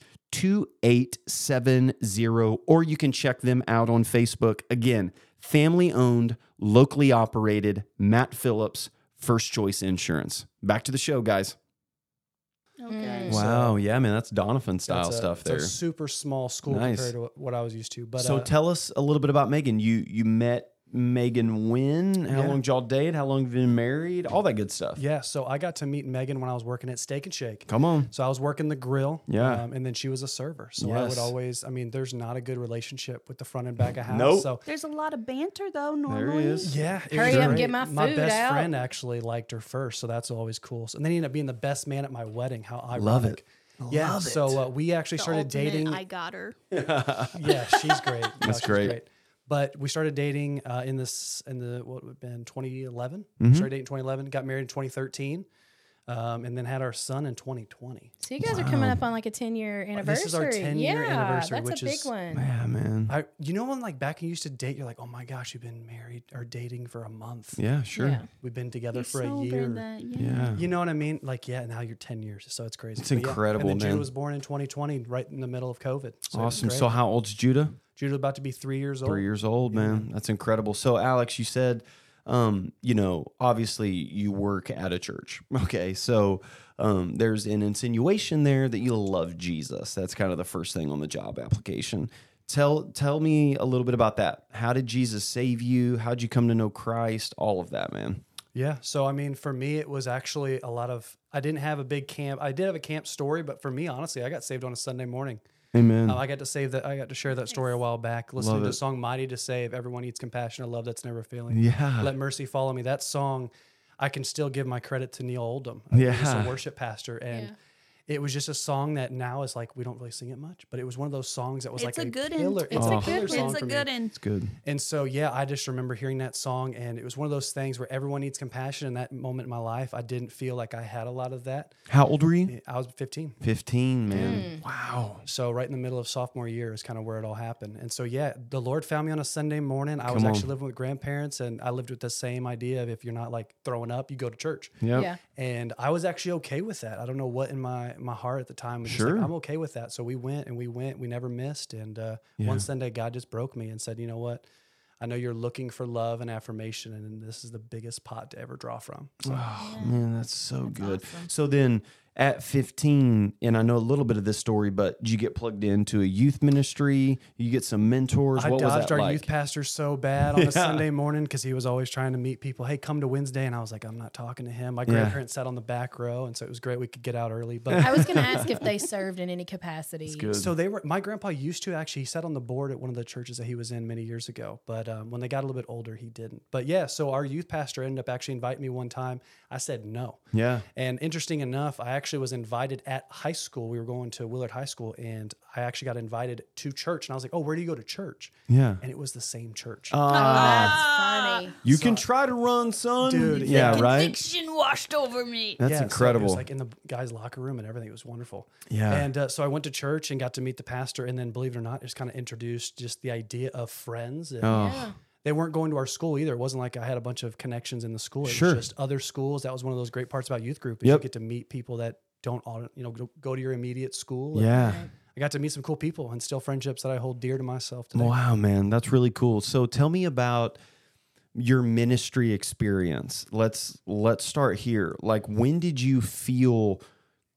Speaker 5: 2870. Or you can check them out on Facebook. Again, family owned, locally operated, Matt Phillips, First Choice Insurance. Back to the show, guys.
Speaker 3: Hmm.
Speaker 1: Okay.
Speaker 5: Wow. Yeah, man, that's Donovan
Speaker 6: That's
Speaker 5: style
Speaker 6: a-
Speaker 5: stuff
Speaker 6: it's
Speaker 5: there.
Speaker 6: A super small school
Speaker 5: Nice.
Speaker 6: compared to what I was used to. But
Speaker 5: so
Speaker 6: uh,
Speaker 5: tell us a little bit about Megan. You you met Megan when? How
Speaker 6: Yeah.
Speaker 5: long did y'all date? How long have you been married? All that good stuff.
Speaker 6: yeah, so I got to meet Megan when I was working at Steak and Shake.
Speaker 5: Come on.
Speaker 6: So I was working the grill,
Speaker 5: Yeah.
Speaker 6: um, and then she was a server. So I
Speaker 5: Yes.
Speaker 6: would always, I mean, there's not a good relationship with the front and back of house.
Speaker 5: Nope.
Speaker 6: So
Speaker 1: There's a lot of banter though.
Speaker 5: There
Speaker 1: Normally,
Speaker 5: he is.
Speaker 6: yeah, it
Speaker 3: Hurry
Speaker 6: was
Speaker 3: up,
Speaker 6: great.
Speaker 3: get my
Speaker 6: My
Speaker 3: food
Speaker 6: best
Speaker 3: out.
Speaker 6: friend actually liked her first, so that's always cool. So, and then he ended up being the best man at my wedding. How ironic!
Speaker 5: Love it.
Speaker 6: Yeah.
Speaker 5: Love it.
Speaker 6: So uh, we actually
Speaker 1: The
Speaker 6: started
Speaker 1: ultimate
Speaker 6: dating.
Speaker 1: I got her.
Speaker 6: yeah, she's great. No, she's
Speaker 5: great.
Speaker 6: But we started dating uh, in this in the what would have been 2011.
Speaker 5: Mm-hmm.
Speaker 6: Started dating in 2011. Got married in 2013, um, and then had our son in 2020.
Speaker 3: So you guys are coming up on like a ten year anniversary.
Speaker 6: this is our 10-year
Speaker 3: yeah,
Speaker 6: anniversary,
Speaker 3: That's
Speaker 6: which
Speaker 3: a big
Speaker 6: is-
Speaker 3: one.
Speaker 5: Yeah, man.
Speaker 6: I, you know, when like back when you used to date, you're like, oh my gosh, you've been married or dating for a month.
Speaker 5: Yeah, sure.
Speaker 3: Yeah.
Speaker 6: We've been together
Speaker 1: You're
Speaker 6: for a
Speaker 1: sober
Speaker 6: year.
Speaker 1: That, yeah.
Speaker 5: Yeah.
Speaker 6: You know what I mean? Like, yeah, now you're 10 years. So it's crazy.
Speaker 5: It's
Speaker 6: But yeah,
Speaker 5: incredible,
Speaker 6: And then
Speaker 5: man.
Speaker 6: Judah was born in 2020, right in the middle of COVID. So it was
Speaker 5: Awesome.
Speaker 6: great.
Speaker 5: So how old's Judah?
Speaker 6: Judah was about to be three years old.
Speaker 5: Three years old, man. That's incredible. So, Alex, you said, um, you know, obviously you work at a church. Okay. So um, there's an insinuation there that you love Jesus. That's kind of the first thing on the job application. Tell tell me a little bit about that. How did Jesus save you? How'd you come to know Christ? All of that, man.
Speaker 6: Yeah. So, I mean, for me, it was actually a lot of, I didn't have a big camp. I did have a camp story, but for me, honestly, I got saved on a Sunday morning.
Speaker 5: Amen.
Speaker 6: Uh, I got to save that. I got to share that story a while back.
Speaker 5: Mm.
Speaker 6: Listening
Speaker 5: Love
Speaker 6: to
Speaker 5: it.
Speaker 6: the song "Mighty to Save," everyone needs compassion, a love that's never failing.
Speaker 5: Yeah.
Speaker 6: let mercy follow me. That song, I can still give my credit to Neil Oldham. Uh, he was
Speaker 5: Yeah.
Speaker 6: a worship pastor, and it was just a song that now is like we don't really sing it much, but it was one of those songs that was
Speaker 1: It's
Speaker 6: like
Speaker 1: a good in-
Speaker 6: pillar.
Speaker 1: it's
Speaker 3: a
Speaker 6: a
Speaker 3: good
Speaker 6: pillar
Speaker 3: one.
Speaker 6: song
Speaker 1: It's a
Speaker 6: for me.
Speaker 1: good and
Speaker 5: Good.
Speaker 6: And so, yeah, I just remember hearing that song, and it was one of those things where everyone needs compassion. In that moment in my life, I didn't feel like I had a lot of that.
Speaker 5: How old were you?
Speaker 6: I was 15.
Speaker 5: 15, man. Wow.
Speaker 6: So right in the middle of sophomore year is kind of where it all happened. And so yeah, the Lord found me on a Sunday morning. I was
Speaker 5: Come on.
Speaker 6: actually living with grandparents and I lived with the same idea of if you're not like throwing up, you go to church.
Speaker 5: Yep.
Speaker 3: Yeah.
Speaker 6: And I was actually okay with that. I don't know what in my my heart at the time was just
Speaker 5: Sure.
Speaker 6: like, I'm okay with that. So we went and we went, we never missed. And uh, one Sunday God just broke me and said, you know what? I know you're looking for love and affirmation, and this is the biggest pot to ever draw from. So
Speaker 5: Oh man, that's so good. So then at 15, and I know a little bit of this story, but did you get plugged into a youth ministry? You get some mentors.
Speaker 6: I
Speaker 5: what was
Speaker 6: dodged
Speaker 5: that
Speaker 6: our
Speaker 5: like?
Speaker 6: youth pastor so bad on a Sunday morning because he was always trying to meet people. Hey, come to Wednesday, and I was like, I'm not talking to him. My grandparents sat on the back row, and so it was great we could get out early.
Speaker 3: I
Speaker 6: But
Speaker 3: was going to ask if they served in any capacity.
Speaker 6: so they were. My grandpa used to actually he sat on the board at one of the churches that he was in many years ago. But um, when they got a little bit older, he didn't. But yeah, so our youth pastor ended up actually inviting me one time. I said no.
Speaker 5: Yeah.
Speaker 6: And interesting enough, I actually was invited at high school. We were going to Willard High School, and I actually got invited to church. And I was like, "Oh, where do you go to church?"
Speaker 5: Yeah. Oh,
Speaker 6: And it was the same church.
Speaker 3: Oh, That's
Speaker 6: Ah.
Speaker 3: funny.
Speaker 5: You can try to run, son.
Speaker 6: Dude,
Speaker 5: yeah, right?
Speaker 1: Conviction washed over me.
Speaker 5: That's
Speaker 6: Yeah, so it
Speaker 5: incredible.
Speaker 6: was like in the guy's locker room and everything. It was wonderful.
Speaker 5: Yeah.
Speaker 6: And uh, so I went to church and got to meet the pastor. And then, believe it or not, just kind of introduced just the idea of friends. And
Speaker 5: Oh.
Speaker 6: They weren't going to our school either. It wasn't like I had a bunch of connections in the school. It
Speaker 5: Sure.
Speaker 6: was just other schools. That was one of those great parts about youth group. Is
Speaker 5: Yep.
Speaker 6: You get to meet people that don't, all you know, go- go to your immediate school. And
Speaker 5: yeah.
Speaker 6: I got to meet some cool people and still friendships that I hold dear to myself today.
Speaker 5: Wow, man, that's really cool. So tell me about your ministry experience. Let's let's start here. Like when did you feel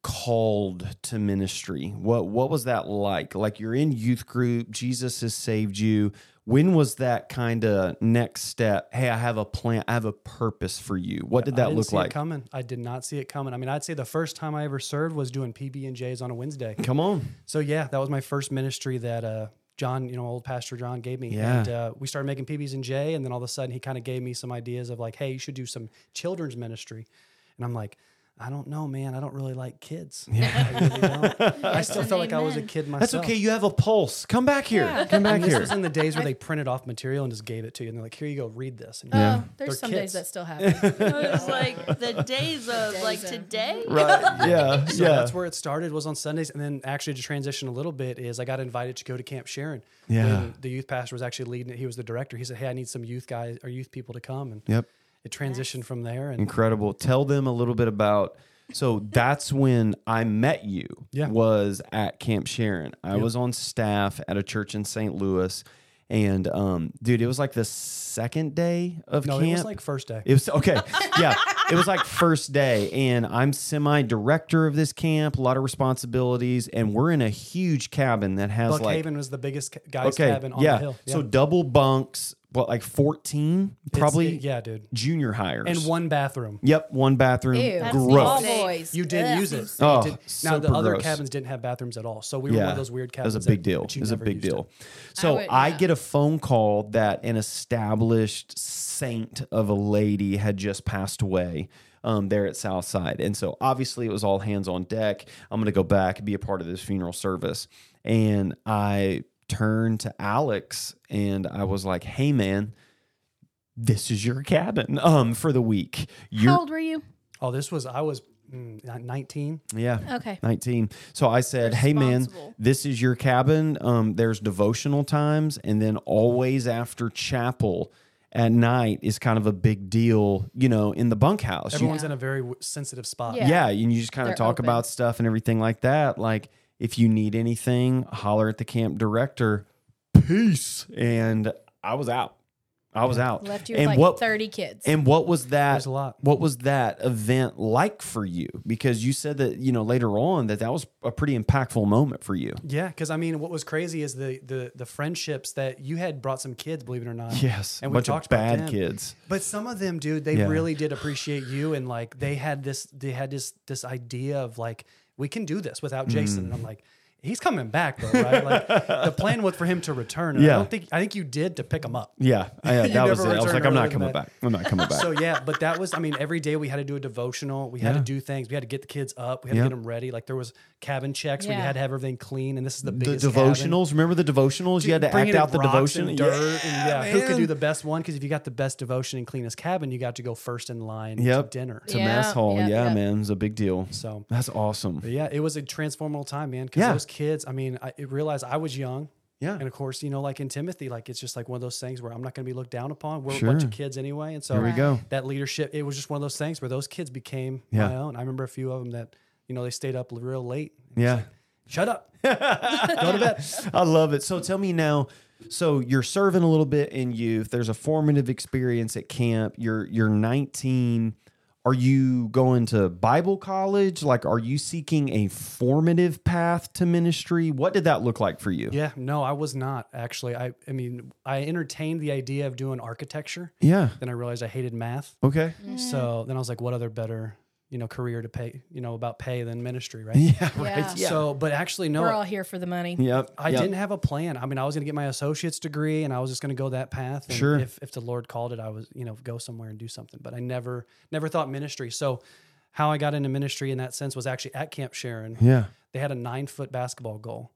Speaker 5: called to ministry? What what was that like? Like you're in youth group, Jesus has saved you. When was that kind of next step? Hey, I have a plan. I have a purpose for you. What did
Speaker 6: I
Speaker 5: that
Speaker 6: didn't
Speaker 5: look
Speaker 6: see
Speaker 5: like?
Speaker 6: It coming. I did not see it coming. I mean, I'd say the first time I ever served was doing PB and J's on a Wednesday.
Speaker 5: Come on.
Speaker 6: So yeah, that was my first ministry that uh, John, you know, old Pastor John gave me.
Speaker 5: Yeah.
Speaker 6: And uh, we started making PBs and J, and then all of a sudden he kind of gave me some ideas of like, hey, you should do some children's ministry, and I'm like. I don't know, man. I don't really like kids. I, really don't. I still
Speaker 4: an
Speaker 6: felt like I was a
Speaker 4: amen.
Speaker 6: kid myself.
Speaker 5: That's okay. You have a pulse. Come back here. Come back
Speaker 6: And this
Speaker 5: here.
Speaker 6: was in the days where they printed off material and just gave it to you, and they're like, "Here you go, read this." And
Speaker 3: Oh,
Speaker 6: you're like,
Speaker 3: there's
Speaker 6: They're
Speaker 3: some
Speaker 6: kids.
Speaker 3: days that still happens.
Speaker 1: It was like the days of like
Speaker 3: of-
Speaker 1: today.
Speaker 5: Right. Yeah.
Speaker 6: So that's where it started was on Sundays. And then actually to transition a little bit is I got invited to go to Camp Sharon.
Speaker 5: Yeah.
Speaker 6: When the youth pastor was actually leading it. He was the director. He said, Hey, I need some youth guys or youth people to come. And
Speaker 5: Yep.
Speaker 6: it transitioned from there. And
Speaker 5: Incredible. Tell them a little bit about. So that's when I met you.
Speaker 6: Yeah.
Speaker 5: Was at Camp Sharon. I was on staff at a church in St. Louis, and um, dude, it was like the second day of
Speaker 6: no,
Speaker 5: camp.
Speaker 6: it was like first day.
Speaker 5: It was okay. Yeah. It was like first day, and I'm semi director of this camp, a lot of responsibilities, and we're in a huge cabin that has
Speaker 6: Buck
Speaker 5: like
Speaker 6: Haven was the biggest ca- guys cabin on
Speaker 5: yeah.
Speaker 6: the hill.
Speaker 5: So
Speaker 6: Yeah.
Speaker 5: double bunks, what like 14,
Speaker 6: It's-
Speaker 5: probably
Speaker 6: it- yeah, dude.
Speaker 5: junior hires.
Speaker 6: And one bathroom.
Speaker 5: Yep, one bathroom.
Speaker 3: Ew. That's
Speaker 5: Gross.
Speaker 3: All boys.
Speaker 6: You didn't
Speaker 3: Ugh.
Speaker 6: use it.
Speaker 5: Oh,
Speaker 6: You did- now
Speaker 5: super
Speaker 6: the other
Speaker 5: gross.
Speaker 6: cabins didn't have bathrooms at all. So we were one of those weird cabins.
Speaker 5: That was a big
Speaker 6: that-
Speaker 5: deal.
Speaker 6: that
Speaker 5: It
Speaker 6: you
Speaker 5: was a
Speaker 6: never
Speaker 5: big
Speaker 6: used it.
Speaker 5: deal. So I,
Speaker 3: would- yeah.
Speaker 5: get a phone call that an established saint of a lady had just passed away um, there at Southside. And so obviously it was all hands on deck. I'm going to go back and be a part of this funeral service. And I turned to Alex and I was like, hey, man, this is your cabin um, for the week.
Speaker 3: How
Speaker 5: You're,
Speaker 3: old were you?
Speaker 6: Oh, this was, I was mm, 19.
Speaker 5: yeah.
Speaker 3: Okay.
Speaker 5: 19. So I said, "Hey man,
Speaker 1: Responsible.
Speaker 5: this is your cabin. Um, there's devotional times, and then always after chapel at night is kind of a big deal, you know, in the bunkhouse. You-
Speaker 6: Everyone's in a very w- sensitive spot.
Speaker 3: Yeah.
Speaker 5: yeah, and you just kind of
Speaker 3: They're
Speaker 5: talk
Speaker 3: open.
Speaker 5: about stuff and everything like that. Like if you need anything, holler at the camp director. Peace. And I was out. I was out.
Speaker 3: Left you with
Speaker 5: and
Speaker 3: like
Speaker 5: what
Speaker 3: 30 kids.
Speaker 5: and what was that?
Speaker 6: There's a lot.
Speaker 5: What was that event like for you? Because you said that you know later on that that was a pretty impactful moment for you.
Speaker 6: Yeah, because I mean, what was crazy is the the the friendships that you had brought some kids, believe it or not.
Speaker 5: Yes,
Speaker 6: and
Speaker 5: a
Speaker 6: we
Speaker 5: bunch
Speaker 6: talked
Speaker 5: of bad
Speaker 6: about them.
Speaker 5: kids.
Speaker 6: But some of them, dude, they
Speaker 5: Yeah.
Speaker 6: really did appreciate you, and like they had this they had this this idea of like we can do this without Jason,
Speaker 5: Mm.
Speaker 6: and I'm like. He's coming back though, right? Like the plan was for him to return. And I
Speaker 5: Yeah.
Speaker 6: don't think I think you did to pick him up.
Speaker 5: Yeah, yeah that was it.
Speaker 6: never
Speaker 5: I was
Speaker 6: returned
Speaker 5: like, I'm
Speaker 6: earlier
Speaker 5: not
Speaker 6: than
Speaker 5: coming
Speaker 6: that.
Speaker 5: back. I'm not coming back.
Speaker 6: So yeah, but that was I mean, every day we had to do a devotional. We had to do things. We had to get the kids up. We had
Speaker 5: Yeah.
Speaker 6: to get them ready. Like there was cabin checks where you
Speaker 3: Yeah.
Speaker 6: had to have everything clean. And this is the
Speaker 5: the
Speaker 6: biggest cabin.
Speaker 5: devotionals. Remember the devotionals? you had to
Speaker 6: Bringing
Speaker 5: act
Speaker 6: in
Speaker 5: out the
Speaker 6: rocks
Speaker 5: devotion.
Speaker 6: and dirt, and yeah, who could
Speaker 5: man.
Speaker 6: do the best one? Because if you got the best devotion and cleanest cabin, you got to go first in line
Speaker 5: Yep.
Speaker 6: to dinner.
Speaker 5: It's a
Speaker 3: Yeah,
Speaker 5: mess hall.
Speaker 3: yeah,
Speaker 5: yeah,
Speaker 3: yeah.
Speaker 5: man, it's a big deal.
Speaker 6: So,
Speaker 5: That's awesome.
Speaker 6: but yeah, it was a transformational time, man. Because
Speaker 5: Yeah.
Speaker 6: those kids, I mean, I it realized I was young.
Speaker 5: Yeah.
Speaker 6: And of course, you know, like in Timothy, like it's just like one of those things where I'm not going to be looked down upon. We're a bunch
Speaker 5: Sure.
Speaker 6: of kids anyway, and so
Speaker 5: Here we go.
Speaker 6: that leadership. It was just one of those things where those kids became
Speaker 5: Yeah.
Speaker 6: my own. I remember a few of them that you know they stayed up real late.
Speaker 5: Yeah.
Speaker 6: Shut up.
Speaker 5: I love it. So tell me now. So you're serving a little bit in youth. There's a formative experience at camp. You're you're 19. Are you going to Bible college? Like, are you seeking a formative path to ministry? What did that look like for you?
Speaker 6: Yeah, no, I was not actually. I, I mean, I entertained the idea of doing architecture.
Speaker 5: Yeah.
Speaker 6: Then I realized I hated math.
Speaker 5: Okay.
Speaker 3: Mm.
Speaker 6: So then I was like, what other better, you know, career to pay, you know, about pay than ministry, right?
Speaker 5: Yeah.
Speaker 3: Yeah.
Speaker 5: Right. Yeah.
Speaker 6: So, but actually, no,
Speaker 3: We're all here for the money.
Speaker 5: yep.
Speaker 6: I
Speaker 5: yep.
Speaker 6: didn't have a plan. I mean, I was going to get my associate's degree and I was just going to go that path. And
Speaker 5: Sure.
Speaker 6: If, if the Lord called it, I was, you know, go somewhere and do something. But I never, never thought ministry. So how I got into ministry in that sense was actually at Camp Sharon.
Speaker 5: Yeah.
Speaker 6: They had a nine foot basketball goal.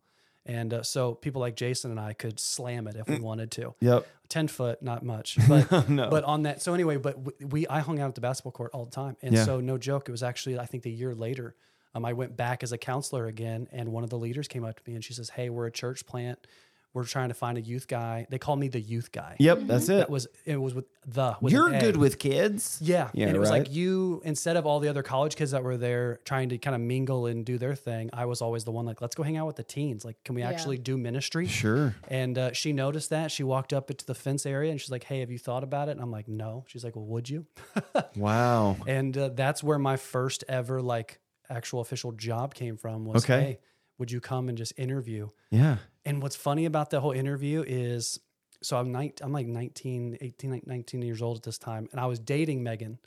Speaker 6: And uh, so people like Jason and I could slam it if
Speaker 5: Mm.
Speaker 6: we wanted to.
Speaker 5: Yep.
Speaker 6: 10 foot, not much. But, but on that, so anyway, but we, we, I hung out at the basketball court all the time. And
Speaker 5: Yeah.
Speaker 6: so, no joke, it was actually, I think the year later, um, I went back as a counselor again. And one of the leaders came up to me and she says, Hey, we're a church plant. We're trying to find a youth guy. They call me the youth guy.
Speaker 5: Yep. That's it.
Speaker 6: That was, it was with the. Mm-hmm. With an
Speaker 5: You're
Speaker 6: A.
Speaker 5: good with kids.
Speaker 6: Yeah.
Speaker 5: Yeah,
Speaker 6: and it was
Speaker 5: right?
Speaker 6: like you, instead of all the other college kids that were there trying to kind of mingle and do their thing, I was always the one like, let's go hang out with the teens. Like, can we actually do ministry?
Speaker 5: Sure.
Speaker 6: And uh, she noticed that. She walked up to the fence area and she's like, hey, have you thought about it? And I'm like, no. She's like, well, would you?
Speaker 5: Wow.
Speaker 6: And uh, that's where my first ever like actual official job came from was,
Speaker 5: Okay.
Speaker 6: hey, would you come and just interview?
Speaker 5: Yeah.
Speaker 6: And what's funny about the whole interview is, so I'm, nine, I'm like 19, 18, like 19 years old at this time, and I was dating Megan.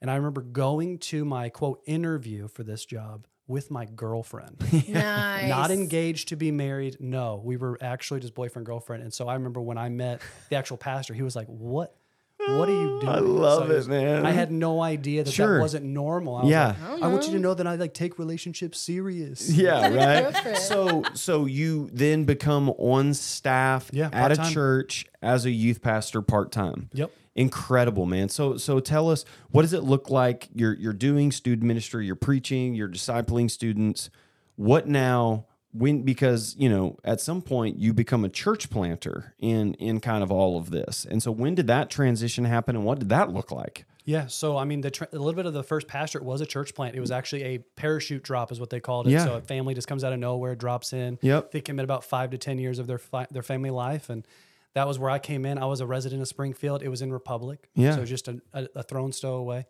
Speaker 6: And I remember going to my quote interview for this job with my girlfriend.
Speaker 3: Nice.
Speaker 6: Not engaged to be married. No, we were actually just boyfriend girlfriend. And so I remember when I met the actual pastor, he was like, "What? What are you doing?"
Speaker 5: Oh, I love
Speaker 6: So he was-
Speaker 5: it, man.
Speaker 6: I had no idea that
Speaker 5: Sure.
Speaker 6: that wasn't normal. I was
Speaker 5: Yeah.
Speaker 6: like, I want you to know that I like take relationships serious.
Speaker 5: Yeah,
Speaker 3: Go for
Speaker 5: right.
Speaker 3: it.
Speaker 5: so so you then become on staff
Speaker 6: Yeah,
Speaker 5: at a
Speaker 6: part-time.
Speaker 5: church as a youth pastor part time.
Speaker 6: Yep.
Speaker 5: Incredible, man. So so tell us what does it look like you're you're doing student ministry, you're preaching, you're discipling students. What now? When because you know at some point you become a church planter in in kind of all of this, and so when did that transition happen, and what did that look like?
Speaker 6: Yeah. So I mean, the tr- a little bit of the first pastorate was a church plant. It was actually a parachute drop, is what they called it.
Speaker 5: Yeah.
Speaker 6: So a family just comes out of nowhere, drops in.
Speaker 5: Yep.
Speaker 6: They commit about five to ten years of their fi- their family life, and that was where I came in. I was a resident of Springfield. It was in Republic.
Speaker 5: Yeah.
Speaker 6: So it was just a, a, a thrown stow away.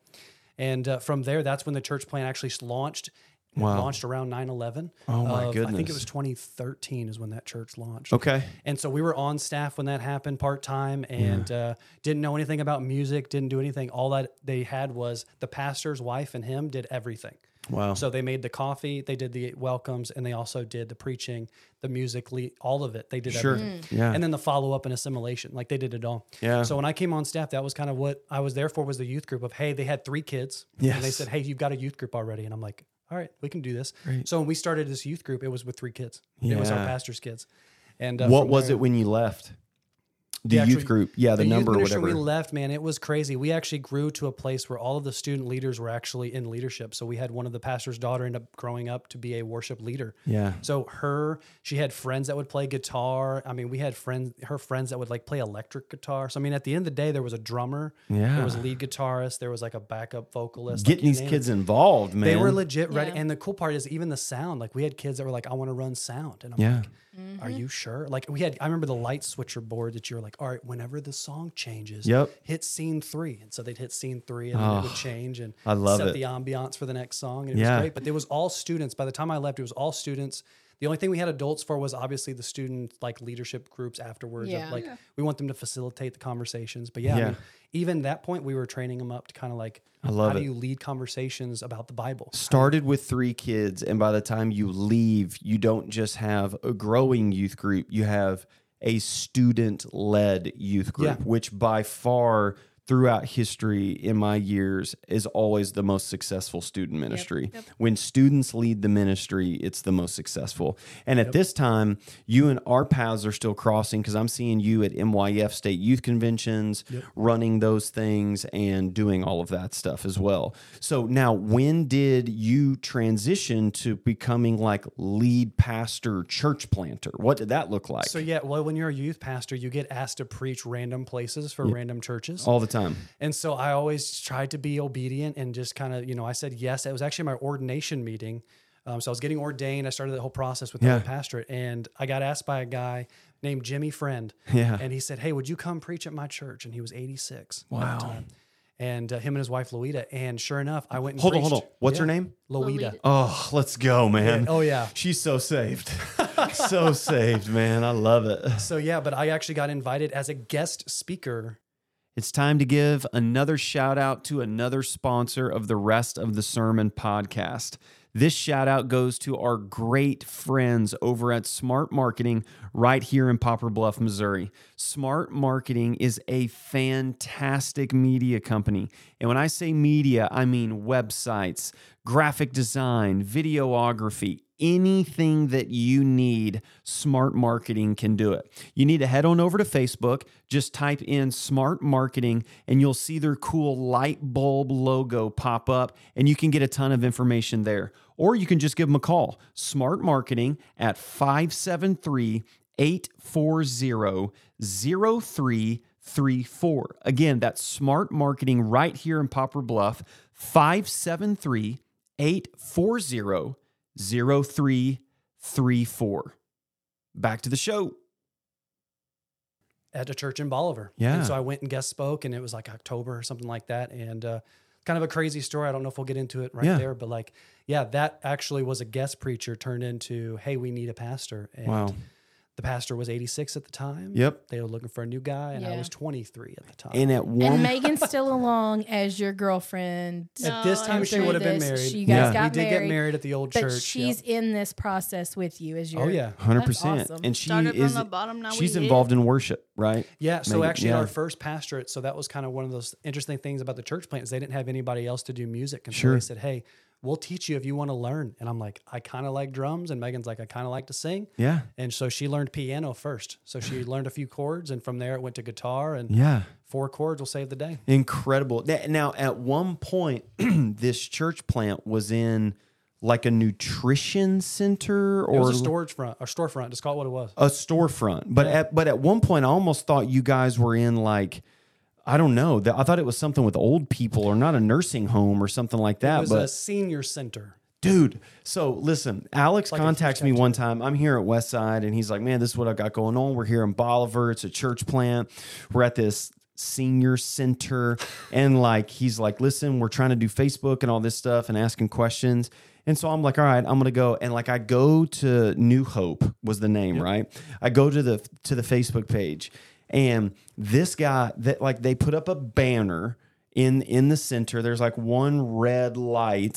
Speaker 6: And uh, from there, that's when the church plant actually s- launched. It
Speaker 5: Wow.
Speaker 6: Launched around 9 11.
Speaker 5: Oh, my
Speaker 6: I think
Speaker 5: goodness.
Speaker 6: it was 2013 is when that church launched.
Speaker 5: Okay,
Speaker 6: And so we were on staff when that happened part time and uh, didn't know anything about music, didn't do anything. All that they had was the pastor's wife and him did everything.
Speaker 5: wow,
Speaker 6: So they made the coffee, they did the welcomes, and they also did the preaching, the music, le- all of it. They did
Speaker 5: sure,
Speaker 6: everything.
Speaker 5: yeah,
Speaker 6: And then the follow up and assimilation, like they did it all.
Speaker 5: Yeah.
Speaker 6: So when I came on staff, that was kind of what I was there for was the youth group of hey, they had three kids, and they
Speaker 5: Yes.
Speaker 6: said hey, you've got a youth group already, and I'm like, all right, we can do this. So when we started this youth group, it was with three kids. It was
Speaker 5: Yeah.
Speaker 6: our pastor's kids. And uh,
Speaker 5: what
Speaker 6: from
Speaker 5: was
Speaker 6: there-
Speaker 5: it when you left the,
Speaker 6: The
Speaker 5: youth
Speaker 6: actual-
Speaker 5: group yeah the,
Speaker 6: youth
Speaker 5: number or
Speaker 6: ministry
Speaker 5: whatever
Speaker 6: we left man it was crazy we actually grew to a place where all of the student leaders were actually in leadership so we had one of the pastor's daughter end up growing up to be a worship leader
Speaker 5: yeah
Speaker 6: so her she had friends that would play guitar i mean we had friends her friends that would like play electric guitar so i mean at the end of the day there was a drummer there was a
Speaker 5: Yeah.
Speaker 6: lead guitarist there was like a backup vocalist like,
Speaker 5: getting
Speaker 6: you
Speaker 5: these
Speaker 6: name it.
Speaker 5: kids involved man
Speaker 6: they were legit ready
Speaker 3: Yeah.
Speaker 6: and the cool part is even the sound like we had kids that were like i want to run sound and i'm
Speaker 5: yeah
Speaker 6: like are you sure? Like we had, I remember the light switcher board that you were like, all right, whenever the song changes,
Speaker 5: Yep.
Speaker 6: hit scene three. And so they'd hit scene three and then it would change and
Speaker 5: I love
Speaker 6: set
Speaker 5: it.
Speaker 6: the ambiance for the next song. And it
Speaker 5: Yeah.
Speaker 6: was great. But it was all students. By the time I left, it was all students. The only thing we had adults for was obviously the student like leadership groups afterwards.
Speaker 3: Yeah.
Speaker 6: Of, like we want them to facilitate the conversations. But yeah, I
Speaker 5: Yeah.
Speaker 6: mean, even that point we were training them up to kind of like
Speaker 5: I love
Speaker 6: how
Speaker 5: it.
Speaker 6: do you lead conversations about the Bible?
Speaker 5: started with three kids and by the time you leave you don't just have a growing youth group you have a student-led youth group
Speaker 6: Yeah.
Speaker 5: which by far throughout history in my years is always the most successful student ministry when students lead the ministry it's the most successful and at this time you and our paths are still crossing because i'm seeing you at myf state youth conventions running those things and doing all of that stuff as well so now when did you transition to becoming like lead pastor church planter what did that look like
Speaker 6: So yeah, well, when you're a youth pastor, you get asked to preach random places for random churches.
Speaker 5: all the time
Speaker 6: And so I always tried to be obedient and just kind of, you know, I said yes. It was actually my ordination meeting. Um, so I was getting ordained. I started the whole process with the
Speaker 5: Yeah.
Speaker 6: whole pastorate. And I got asked by a guy named Jimmy Friend.
Speaker 5: Yeah.
Speaker 6: And he said, Hey, would you come preach at my church? And he was 86. at the
Speaker 5: Wow.
Speaker 6: time. And uh, him and his wife, Louita. And sure enough, I went and
Speaker 5: hold on hold on
Speaker 6: preached.
Speaker 5: what's her
Speaker 6: Yeah.
Speaker 5: name
Speaker 6: Louita.
Speaker 5: oh let's go man
Speaker 6: Oh, yeah.
Speaker 5: she's so saved so saved man i love it
Speaker 6: So yeah, but I actually got invited as a guest speaker
Speaker 5: It's time to give another shout out to another sponsor of the rest of the sermon podcast. This shout out goes to our great friends over at Smart Marketing right here in Popper Bluff, Missouri. Smart Marketing is a fantastic media company. And when I say media, I mean websites, graphic design, videography, anything that you need, smart marketing can do it. You need to head on over to Facebook, just type in smart marketing, and you'll see their cool light bulb logo pop up, and you can get a ton of information there. Or you can just give them a call, smart marketing at 573 840 0334. Again, that's smart marketing right here in Popper Bluff, 573 840 0334. Back to the show.
Speaker 6: at a church in Bolivar.
Speaker 5: Yeah.
Speaker 6: And so I went and guest spoke, and it was like October or something like that. And uh, kind of a crazy story. I don't know if we'll get into it right
Speaker 5: Yeah.
Speaker 6: there, but like, yeah, that actually was a guest preacher turned into, hey, we need a pastor. And
Speaker 5: Wow.
Speaker 6: the pastor was 86 at the time.
Speaker 5: Yep.
Speaker 6: They were looking for a new guy, and I
Speaker 3: Yeah.
Speaker 6: was 23 at the time.
Speaker 5: And at one
Speaker 3: And Megan's still along as your girlfriend.
Speaker 6: at this
Speaker 1: No,
Speaker 6: time,
Speaker 1: I'm
Speaker 6: she
Speaker 1: sure
Speaker 6: would have been
Speaker 3: this-
Speaker 6: married.
Speaker 3: she guys
Speaker 5: Yeah.
Speaker 3: got
Speaker 6: we did
Speaker 3: married,
Speaker 6: get married at the old
Speaker 3: But
Speaker 6: church.
Speaker 3: she's in this process with you as
Speaker 6: Yep.
Speaker 3: your
Speaker 6: Oh, yeah.
Speaker 5: hundred
Speaker 3: That's
Speaker 5: percent,
Speaker 3: awesome.
Speaker 5: and she
Speaker 1: Started
Speaker 5: is
Speaker 1: from the bottom. Now
Speaker 5: she's
Speaker 1: we hit.
Speaker 5: involved in worship, right?
Speaker 6: Yeah, so
Speaker 5: Maybe-
Speaker 6: actually,
Speaker 5: yeah.
Speaker 6: our first pastorate, so that was kind of one of those interesting things about the church plant is they didn't have anybody else to do music, and so
Speaker 5: Sure.
Speaker 6: they said, "Hey, we'll teach you if you want to learn." And I'm like, "I kind of like drums," and Megan's like, "I kind of like to sing,"
Speaker 5: Yeah,
Speaker 6: and so she learned piano first. So she learned a few chords, and from there it went to guitar, and
Speaker 5: yeah,
Speaker 6: four chords will save the day.
Speaker 5: incredible. Th- Now, at one point, this church plant was in like a nutrition center
Speaker 6: It
Speaker 5: or Oh,
Speaker 6: was a storage front, a storefront, just call it what it was.
Speaker 5: a storefront. But at but at one point, I almost thought you guys were in like I don't know. Th- I thought it was something with old people or not a nursing home or something like that.
Speaker 6: It was
Speaker 5: but
Speaker 6: a senior center.
Speaker 5: dude so listen alex
Speaker 6: a huge
Speaker 5: contacts me one time i'm here at westside and he's like man this is what i got going on we're here in bolivar it's a church plant we're at this senior center and like he's like listen we're trying to do facebook and all this stuff and asking questions and so i'm like all right i'm gonna go and like i go to new hope was the name right i go to the to the facebook page and this guy that like they put up a banner in in the center there's like one red light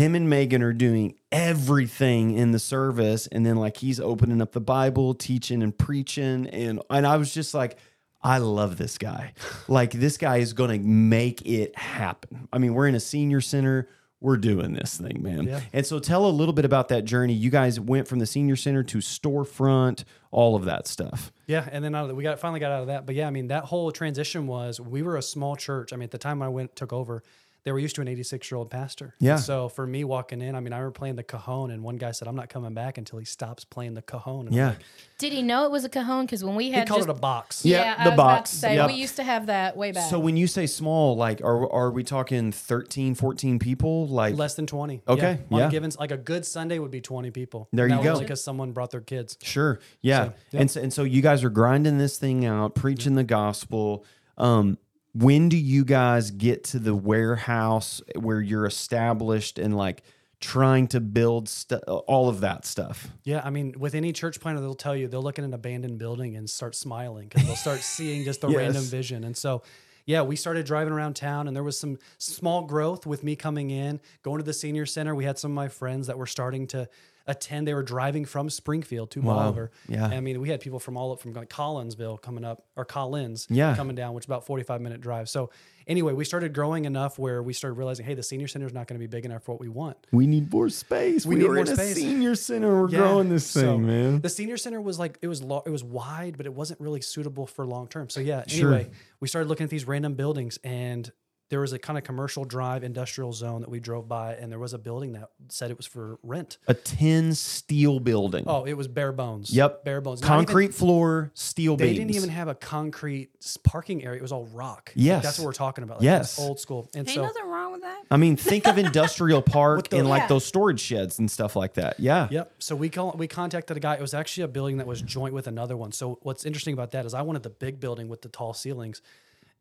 Speaker 5: him and megan are doing everything in the service and then like he's opening up the bible teaching and preaching and and i was just like i love this guy like this guy is gonna make it happen i mean we're in a senior center we're doing this thing man and so tell a little bit about that journey you guys went from the senior center to storefront all of that stuff
Speaker 6: Yeah, and then out of the, we got finally got out of that. But yeah, I mean that whole transition was we were a small church. I mean at the time I went took over, they were used to an 86 year old pastor.
Speaker 5: Yeah.
Speaker 6: so for me walking in, I mean I remember playing the cajon, and one guy said I'm not coming back until he stops playing the cajon. And I'm
Speaker 5: yeah
Speaker 6: like,
Speaker 3: Did he know it was a cajon? Because when we
Speaker 6: he
Speaker 3: had
Speaker 6: called
Speaker 3: just,
Speaker 6: it a box.
Speaker 5: Yeah,
Speaker 3: I
Speaker 5: the
Speaker 3: was about
Speaker 5: box.
Speaker 3: to say
Speaker 5: Yep.
Speaker 3: we used to have that way back.
Speaker 5: So when you say small, like are are we talking 13, 14 people? Like
Speaker 6: Less than 20.
Speaker 5: Okay,
Speaker 6: On
Speaker 5: yeah.
Speaker 6: a given like a good Sunday would be 20 people.
Speaker 5: There
Speaker 6: that
Speaker 5: you
Speaker 6: was
Speaker 5: go.
Speaker 6: Only because someone brought their kids.
Speaker 5: sure. Yeah.
Speaker 6: So, yeah. Mm-hmm.
Speaker 5: And so and so you guys are grinding this thing out, preaching the gospel. Um when do you guys get to the warehouse where you're established and like trying to build stu- all of that stuff?
Speaker 6: Yeah, I mean, with any church planner, they'll tell you they'll look at an abandoned building and start smiling because they'll start seeing just a
Speaker 5: Yes.
Speaker 6: random vision. And so, yeah, we started driving around town, and there was some small growth with me coming in, going to the senior center. We had some of my friends that were starting to attend. They were driving from Springfield to Bolivar.
Speaker 5: Yeah.
Speaker 6: I mean, we had people from all up from like Collinsville coming up or Collins
Speaker 5: Yeah.
Speaker 6: coming down, which is about 45 minute drive. So anyway, we started growing enough where we started realizing, hey, the senior center is not going to be big enough for what we want.
Speaker 5: We need more space.
Speaker 6: We need more space.
Speaker 5: senior center. We're
Speaker 6: Yeah. So, The senior center was like it was lo- it was wide, but it wasn't really suitable for long term. So yeah.
Speaker 5: Sure.
Speaker 6: Anyway, we started looking at these random buildings, and there was a kind of commercial drive industrial zone that we drove by, and there was a building that said it was for rent.
Speaker 5: A tin steel building.
Speaker 6: Oh, it was bare bones.
Speaker 5: Yep.
Speaker 6: bare bones. Not even-
Speaker 5: Concrete floor, steel
Speaker 6: they
Speaker 5: beams.
Speaker 6: didn't even have a concrete s- parking area. It was all rock. Like,
Speaker 5: Yes.
Speaker 6: that's what we're talking about. Like, that's
Speaker 5: Yes.
Speaker 6: old school. And
Speaker 1: Ain't
Speaker 6: so
Speaker 1: nothing wrong with that.
Speaker 5: I mean, think of industrial park
Speaker 6: With the-
Speaker 5: and like
Speaker 3: Yeah.
Speaker 5: those storage sheds and stuff like that. Yeah.
Speaker 6: Yep. So we call we contacted a guy. It was actually a building that was joint with another one. So what's interesting about that is I wanted the big building with the tall ceilings,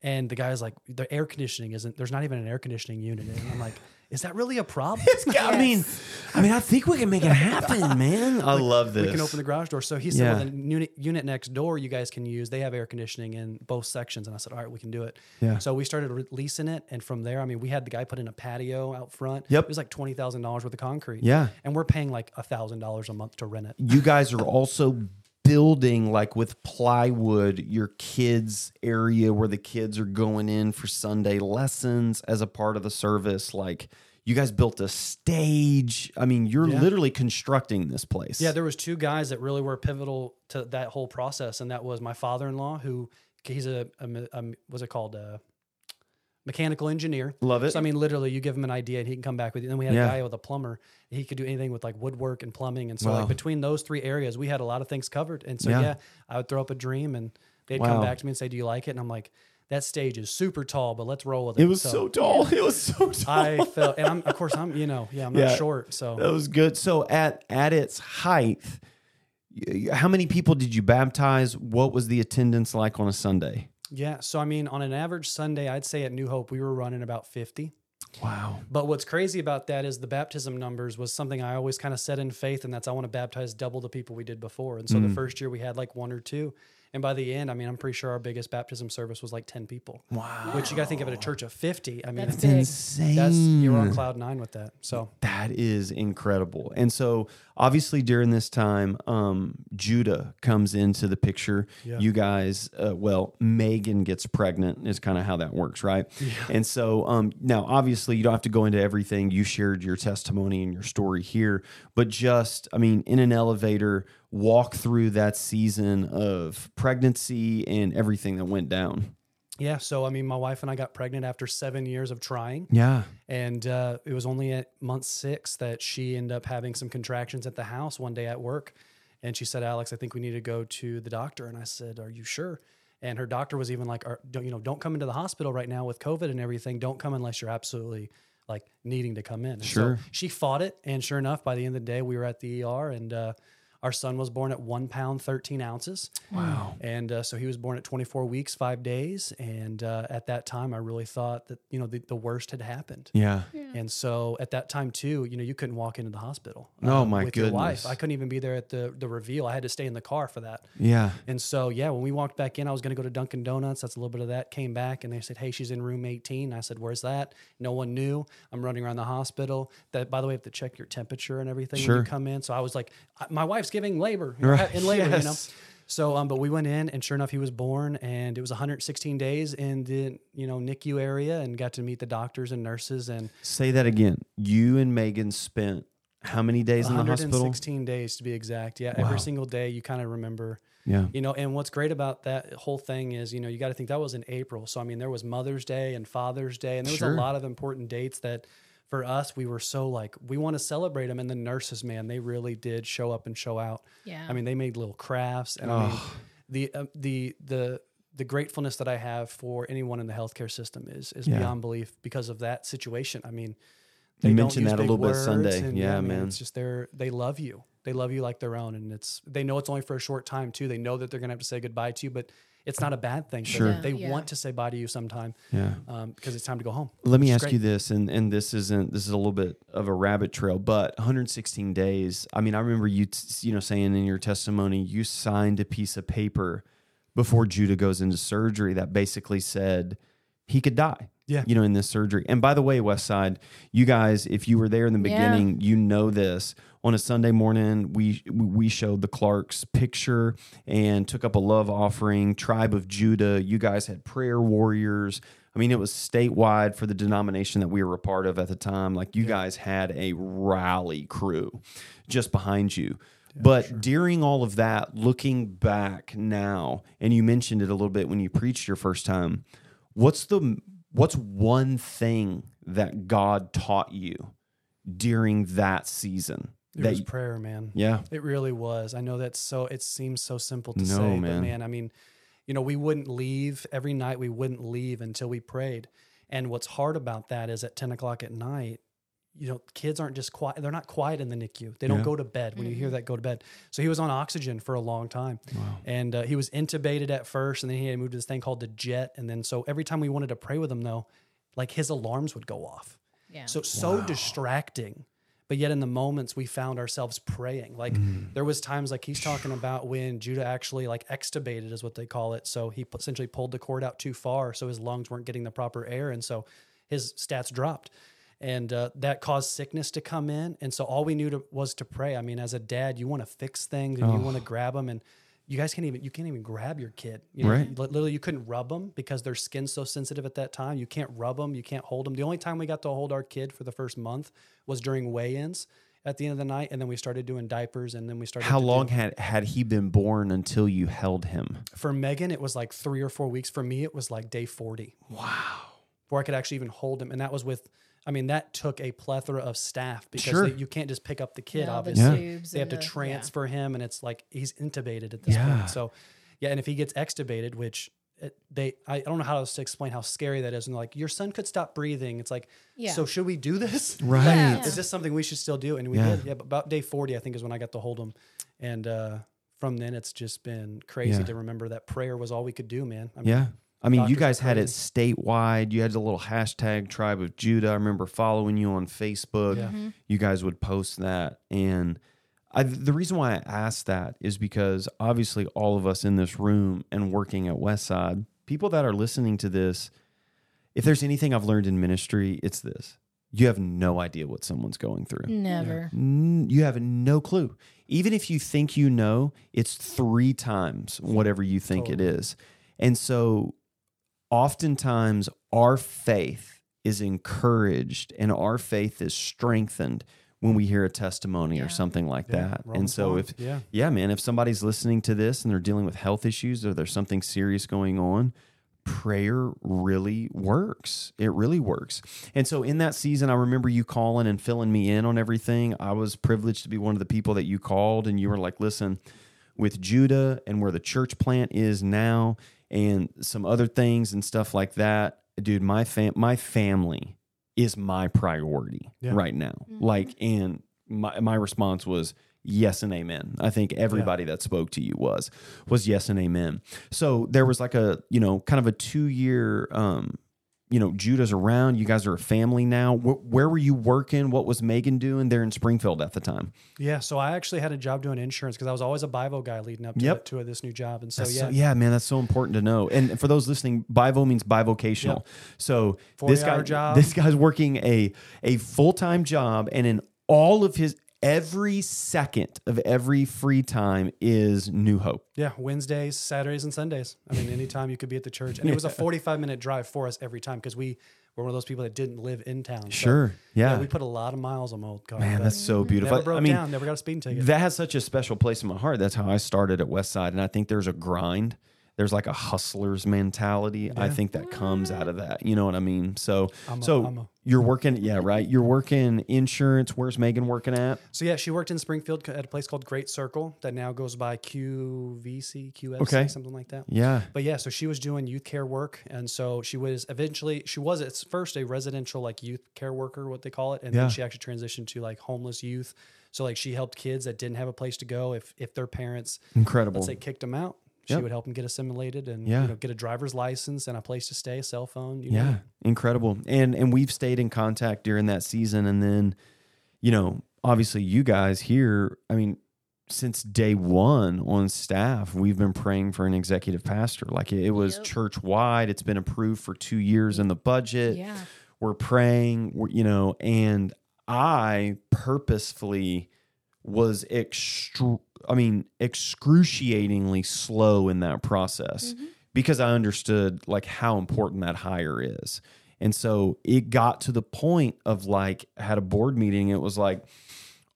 Speaker 6: and the guy's like, the air conditioning isn't. There's not even an air conditioning unit. in it." And I'm like, is that really a problem?
Speaker 5: I mean, I mean, I think we can make it happen, man. I love this.
Speaker 6: We can open the garage door. So he said,
Speaker 5: Yeah.
Speaker 6: well, the unit, unit next door you guys can use. They have air conditioning in both sections. And I said, all right, we can do it.
Speaker 5: Yeah.
Speaker 6: So we started re- leasing it. And from there, I mean, we had the guy put in a patio out front.
Speaker 5: Yep.
Speaker 6: It was like $20,000 worth of concrete.
Speaker 5: Yeah.
Speaker 6: And we're paying like $1,000 a month to rent it.
Speaker 5: you guys are also building like with plywood your kids area where the kids are going in for Sunday lessons as a part of the service. Like you guys built a stage. I mean, you're
Speaker 6: Yeah.
Speaker 5: literally constructing this place.
Speaker 6: Yeah, there was two guys that really were pivotal to that whole process, and that was my father-in-law, who he's a, a, me- a me- what's it called, a mechanical engineer.
Speaker 5: Love it.
Speaker 6: So I mean, literally, you give him an idea, and he can come back with you. And then we had
Speaker 5: Yeah.
Speaker 6: a guy with a plumber; he could do anything with like woodwork and plumbing. And so,
Speaker 5: Wow.
Speaker 6: like between those three areas, we had a lot of things covered. And so,
Speaker 5: Yeah.
Speaker 6: yeah, I would throw up a dream, and they'd
Speaker 5: Wow.
Speaker 6: come back to me and say, "Do you like it?" And I'm like, "That stage is super tall, but let's roll with it."
Speaker 5: It was so tall. It was so tall.
Speaker 6: I felt, and I'm of course I'm you know yeah I'm
Speaker 5: Yeah.
Speaker 6: not short, so
Speaker 5: That was good. So at at its height, y- how many people did you baptize? What was the attendance like on a Sunday?
Speaker 6: Yeah. So, I mean, on an average Sunday, I'd say at New Hope, we were running about 50.
Speaker 5: Wow.
Speaker 6: But what's crazy about that is the baptism numbers was something I always kind of said in faith, and that's I want to baptize double the people we did before. And so
Speaker 5: Mm.
Speaker 6: the first year we had like one or two. And by the end, I mean, I'm pretty sure our biggest baptism service was like 10 people.
Speaker 5: Wow.
Speaker 6: Which you got to think of at a church of 50. I mean,
Speaker 3: That's
Speaker 6: that's,
Speaker 3: big.
Speaker 5: Insane.
Speaker 6: you're on cloud nine with that. So
Speaker 5: That is incredible. And so, obviously, during this time, um, Judah comes into the picture. You guys, uh, well, Megan gets pregnant, is kind of how that works, right? And so, um, now, obviously, you don't have to go into everything. You shared your testimony and your story here, but just, I mean, in an elevator, walk through that season of pregnancy and everything that went down.
Speaker 6: yeah, so I mean, my wife and I got pregnant after seven years of trying.
Speaker 5: Yeah.
Speaker 6: And uh, it was only at month six that she ended up having some contractions at the house one day at work. And she said, Alex, I think we need to go to the doctor. And I said, Are you sure? And her doctor was even like, "Are- don't, you know, don't come into the hospital right now with COVID and everything. Don't come unless you're absolutely like needing to come in. And so
Speaker 5: Sure.
Speaker 6: she fought it. And sure enough, by the end of the day, we were at the ER and uh, our son was born at one pound, 13 ounces. Wow. And uh, so he was born at 24 weeks, five days. And uh, at that time, I really thought that, you know, the, the worst had happened.
Speaker 5: Yeah.
Speaker 6: And so at that time too, you know, you couldn't walk into the hospital.
Speaker 5: Oh,
Speaker 6: um,
Speaker 5: my
Speaker 6: with your
Speaker 5: goodness.
Speaker 6: wife. I couldn't even be there at the the reveal. I had to stay in the car for that.
Speaker 5: Yeah.
Speaker 6: And so yeah, when we walked back in, I was going to go to Dunkin' Donuts. That's a little bit of that. Came back and they said, "Hey, she's in room 18." I said, "Where's that?" No one knew. I'm running around the hospital. That by the way, you have to check your temperature and everything
Speaker 5: Sure.
Speaker 6: when you come in. So I was like, I- "My wife's giving labor you know,
Speaker 5: Right.
Speaker 6: in labor," you know.
Speaker 5: Yes.
Speaker 6: So, um, but we went in, and sure enough, he was born, and it was 116 days in the you know NICU area, and got to meet the doctors and nurses, and
Speaker 5: Say that again. You and Megan spent how many days in the hospital?
Speaker 6: 116 days to be exact. Yeah, every single day you kind of remember.
Speaker 5: Yeah.
Speaker 6: You know, and what's great about that whole thing is, you know, you got to think that was in April. So I mean, there was Mother's Day and Father's Day, and there was
Speaker 5: Sure.
Speaker 6: a lot of important dates that for us we were so like we want to celebrate them. And the nurses, man, they really did show up and show out.
Speaker 3: Yeah.
Speaker 6: I mean, they made little crafts, and I mean, the uh, the the the gratefulness that I have for anyone in the healthcare system is is
Speaker 5: Yeah.
Speaker 6: beyond belief because of that situation. I mean,
Speaker 5: You
Speaker 6: don't
Speaker 5: mentioned
Speaker 6: use
Speaker 5: that a
Speaker 6: big
Speaker 5: little bit
Speaker 6: words,
Speaker 5: Sunday.
Speaker 6: and,
Speaker 5: Yeah, man.
Speaker 6: It's just they're they love you. They love you like their own, and it's they know it's only for a short time too. They know that they're gonna have to say goodbye to you, but it's not a bad thing.
Speaker 5: Sure.
Speaker 6: they,
Speaker 3: Yeah, yeah.
Speaker 6: want to say bye to you sometime
Speaker 5: Yeah.
Speaker 6: because it's time to go home.
Speaker 5: Let me
Speaker 6: which is
Speaker 5: ask
Speaker 6: great.
Speaker 5: you this, and and this isn't this is a little bit of a rabbit trail, but 116 days. I mean, I remember you t- you know saying in your testimony you signed a piece of paper before Judah goes into surgery that basically said he could die.
Speaker 6: Yeah.
Speaker 5: you know, in this surgery. And by the way, West Side, you guys, if you were there in the
Speaker 3: Yeah.
Speaker 5: beginning, you know this. On a Sunday morning, we we showed the Clark's picture and took up a love offering. Tribe of Judah, you guys had prayer warriors. I mean, it was statewide for the denomination that we were a part of at the time. Like you guys had a rally crew just behind you. But during all of that, looking back now, and you mentioned it a little bit when you preached your first time, what's the what's one thing that God taught you during that season?
Speaker 6: It
Speaker 5: that
Speaker 6: was prayer, man.
Speaker 5: yeah,
Speaker 6: It really was. I know that's so. It seems so simple to
Speaker 5: No,
Speaker 6: say,
Speaker 5: man.
Speaker 6: but man, I mean, you know, we wouldn't leave every night. We wouldn't leave until we prayed. And what's hard about that is at ten o'clock at night, you know, kids aren't just quiet. They're not quiet in the NICU. They don't
Speaker 5: Yeah.
Speaker 6: go to bed. When you hear that, go to bed. So he was on oxygen for a long time, and uh, he was intubated at first, and then he had moved to this thing called the jet. And then so every time we wanted to pray with him, though, like his alarms would go off.
Speaker 3: Yeah.
Speaker 6: So so distracting. But yet in the moments we found ourselves praying. Like there was times like he's talking about when Judah actually like extubated is what they call it. So he pu- essentially pulled the cord out too far so his lungs weren't getting the proper air and so his stats dropped. And uh, that caused sickness to come in. And so all we knew to, was to pray. I mean, as a dad, you want to fix things and you want to grab them. And you guys can't even, you can't even grab your kid. You know,
Speaker 5: Right.
Speaker 6: li- literally you couldn't rub them because their skin's so sensitive at that time. You can't rub them, you can't hold them. The only time we got to hold our kid for the first month was during weigh-ins at the end of the night, and then we started doing diapers, and then we started.
Speaker 5: how
Speaker 6: to do-
Speaker 5: long had had he been born until you held him?
Speaker 6: for Megan? It was like three or four weeks. For me, it was like day forty. Wow. Before I could actually even hold him, and that was with. I mean, that took a plethora of staff because
Speaker 5: Sure.
Speaker 6: they, you can't just pick up the kid.
Speaker 3: Yeah, all the
Speaker 6: obviously,
Speaker 3: tubes
Speaker 6: they have
Speaker 3: and
Speaker 6: to
Speaker 3: the- yeah.
Speaker 6: transfer him, and it's like he's intubated at this
Speaker 5: Yeah.
Speaker 6: point. So, yeah, and if he gets extubated, which it, they, I, I don't know how else to explain how scary that is, and like your son could stop breathing. It's like,
Speaker 3: Yeah.
Speaker 6: so should we do this?
Speaker 5: Right.
Speaker 3: Yeah.
Speaker 6: Is this something we should still do? And we
Speaker 5: Yeah.
Speaker 6: did. Yeah, but about day 40, I think, is when I got to hold him. And uh, from then, it's just been crazy
Speaker 5: Yeah.
Speaker 6: to remember that prayer was all we could do, man. I mean,
Speaker 5: Yeah. I mean, you
Speaker 6: Doctors
Speaker 5: guys
Speaker 6: are
Speaker 5: had it statewide. You had the little hashtag Tribe of Judah. I remember following you on Facebook.
Speaker 6: Yeah.
Speaker 5: You guys would post that. And I, the reason why I asked that is because obviously all of us in this room and working at Westside, people that are listening to this, if there's anything I've learned in ministry, it's this. You have no idea what someone's going through.
Speaker 3: Never.
Speaker 5: N- you have no clue. Even if you think you know, it's three times whatever you think it is. And so oftentimes our faith is encouraged and our faith is strengthened when we hear a testimony or something like that.
Speaker 6: Romans
Speaker 5: And so
Speaker 6: one,
Speaker 5: if
Speaker 6: yeah.
Speaker 5: yeah, man, if somebody's listening to this and they're dealing with health issues or there's something serious going on, prayer really works. It really works. And so in that season, I remember you calling and filling me in on everything. I was privileged to be one of the people that you called, and you were like, listen, with Judah and where the church plant is now and some other things and stuff like that, dude, my fam- my family is my priority
Speaker 6: Yeah.
Speaker 5: right now. Like, and my, my response was yes and amen. I think everybody that spoke to you was was yes and amen. So there was like a you know kind of a two year um you know Judah's around. You guys are a family now. Wh- where were you working? What was Megan doing there in Springfield at the time?
Speaker 6: Yeah, so I actually had a job doing insurance because I was always a Bivo guy leading up to,
Speaker 5: Yep.
Speaker 6: it- to this new job, and so
Speaker 5: That's
Speaker 6: yeah,
Speaker 5: so- yeah, man, that's so important to know. And for those listening, bivo means bivocational. So this guy,
Speaker 6: 40-hour job.
Speaker 5: this guy's working a a full time job, and in all of his every second of every free time is New Hope.
Speaker 6: yeah, Wednesdays, Saturdays, and Sundays. I mean, anytime you could be at the church, and it was a forty-five minute drive for us every time because we were one of those people that didn't live in town. So,
Speaker 5: Sure, yeah.
Speaker 6: we put a lot of miles on my old car.
Speaker 5: Man,
Speaker 6: but
Speaker 5: that's so
Speaker 6: never
Speaker 5: beautiful.
Speaker 6: broke
Speaker 5: I mean,
Speaker 6: down, never got a speeding ticket.
Speaker 5: that has such a special place in my heart. That's how I started at Westside. And I think there's a grind. There's like a hustler's mentality. I think that comes out of that. You know what I mean? So
Speaker 6: a-
Speaker 5: so
Speaker 6: I'm a-
Speaker 5: you're working, yeah, right. You're working insurance. Where's Megan working at?
Speaker 6: so yeah, she worked in Springfield at a place called Great Circle that now goes by QVC, QFC,
Speaker 5: Okay.
Speaker 6: something like that.
Speaker 5: Yeah.
Speaker 6: But yeah, so she was doing youth care work, and so she was eventually she was at first a residential like youth care worker, what they call it, and
Speaker 5: Yeah.
Speaker 6: then she actually transitioned to like homeless youth. So like she helped kids that didn't have a place to go if if their parents
Speaker 5: Incredible.
Speaker 6: let's say kicked them out, she
Speaker 5: Yep.
Speaker 6: would help them get assimilated and
Speaker 5: Yeah.
Speaker 6: you know get a driver's license and a place to stay, a cell phone. You
Speaker 5: yeah
Speaker 6: know.
Speaker 5: incredible and and we've stayed in contact during that season and then you know obviously you guys here i mean since day one on staff we've been praying for an executive pastor like it, it was
Speaker 1: Yep.
Speaker 5: church wide it's been approved for two years in the budget
Speaker 3: Yeah.
Speaker 5: we're praying we're, you know and i purposefully was extru- i mean excruciatingly slow in that process because i understood like how important that hire is and so it got to the point of like I had a board meeting it was like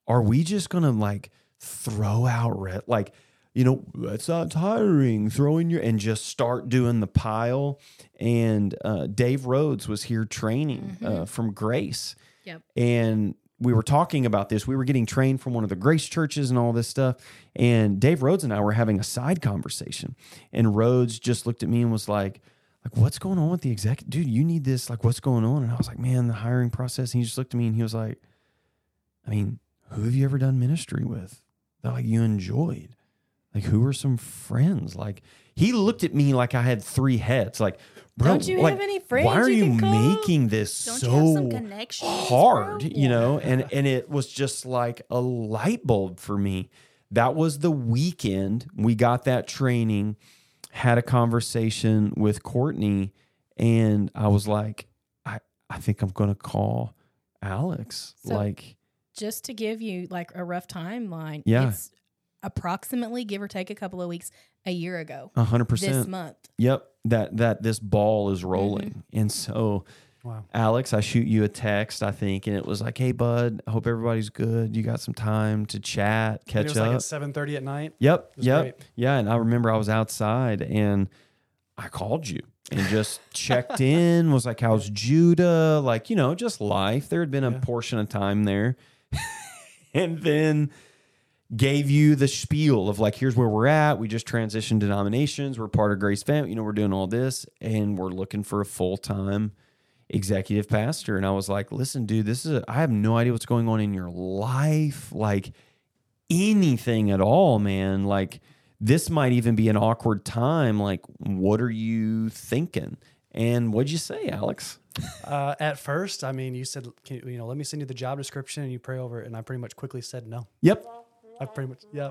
Speaker 5: are we just gonna like throw out re- like you know that's not tiring throwing your and just start doing the pile and uh, dave rhodes was here training uh, from grace
Speaker 3: Yep.
Speaker 5: and we were talking about this we were getting trained from one of the grace churches and all this stuff and dave rhodes and i were having a side conversation and rhodes just looked at me and was like like what's going on with the exec dude you need this like what's going on and i was like man the hiring process and he just looked at me and he was like I mean, who have you ever done ministry with that like you enjoyed? Like who are some friends? Like he looked at me like I had three heads. Like, bro,
Speaker 3: Don't you
Speaker 5: like,
Speaker 3: have any friends
Speaker 5: Why are
Speaker 3: you
Speaker 5: you,
Speaker 3: can call?
Speaker 5: making this
Speaker 1: Don't you have some
Speaker 5: so
Speaker 1: connections,
Speaker 5: hard?
Speaker 1: bro?
Speaker 5: You know, and and it was just like a light bulb for me. That was the weekend we got that training, had a conversation with Courtney, and I was like, I I think I'm gonna call Alex.
Speaker 3: So-
Speaker 5: like
Speaker 3: Just to give you like a rough timeline.
Speaker 5: Yeah.
Speaker 3: It's approximately give or take a couple of weeks a year ago.
Speaker 5: A hundred
Speaker 3: This
Speaker 5: percent.
Speaker 3: month.
Speaker 5: Yep. That that this ball is rolling. And so
Speaker 6: Mm-hmm. Wow.
Speaker 5: Alex, I shoot you a text, I think, and it was like, Hey bud, I hope everybody's good. You got some time to chat,
Speaker 6: And
Speaker 5: catch
Speaker 6: it was
Speaker 5: up.
Speaker 6: like at seven thirty at night.
Speaker 5: Yep.
Speaker 6: was
Speaker 5: Yep.
Speaker 6: great.
Speaker 5: Yeah. And I remember I was outside and I called you and just checked in, was like, How's Judah? Like, you know, just life. There had been a portion of time there. and then gave you the spiel of like, here's where we're at. We just transitioned denominations. We're part of Grace Family. You know, we're doing all this and we're looking for a full time executive pastor and i was like listen dude this is a, i have no idea what's going on in your life like anything at all man like this might even be an awkward time. Like, what are you thinking? And what'd you say, Alex?
Speaker 6: Uh, at first, I mean, you said, can, you know, let me send you the job description and you pray over it. And I pretty much quickly said no.
Speaker 5: Yep.
Speaker 6: I pretty much, yeah.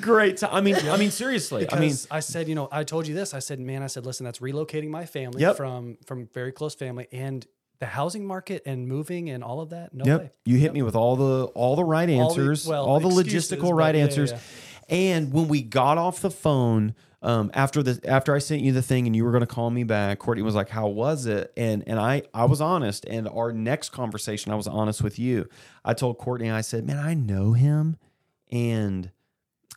Speaker 5: Great. ti- I mean, I mean, seriously. I mean,
Speaker 6: Because I said, you know, I told you this. I said, man, I said, listen, that's relocating my family
Speaker 5: Yep.
Speaker 6: from from very close family and the housing market and moving and all of that. No way.
Speaker 5: Yep. You hit me with all the all the right
Speaker 6: All the-
Speaker 5: answers, all the,
Speaker 6: well, excuses,
Speaker 5: logistical right
Speaker 6: but yeah,
Speaker 5: answers.
Speaker 6: yeah.
Speaker 5: And when we got off the phone um, after the after I sent you the thing and you were going to call me back, Courtney was like, "How was it?" And and I I was honest. And our next conversation, I was honest with you. I told Courtney, I said, "Man, I know him, and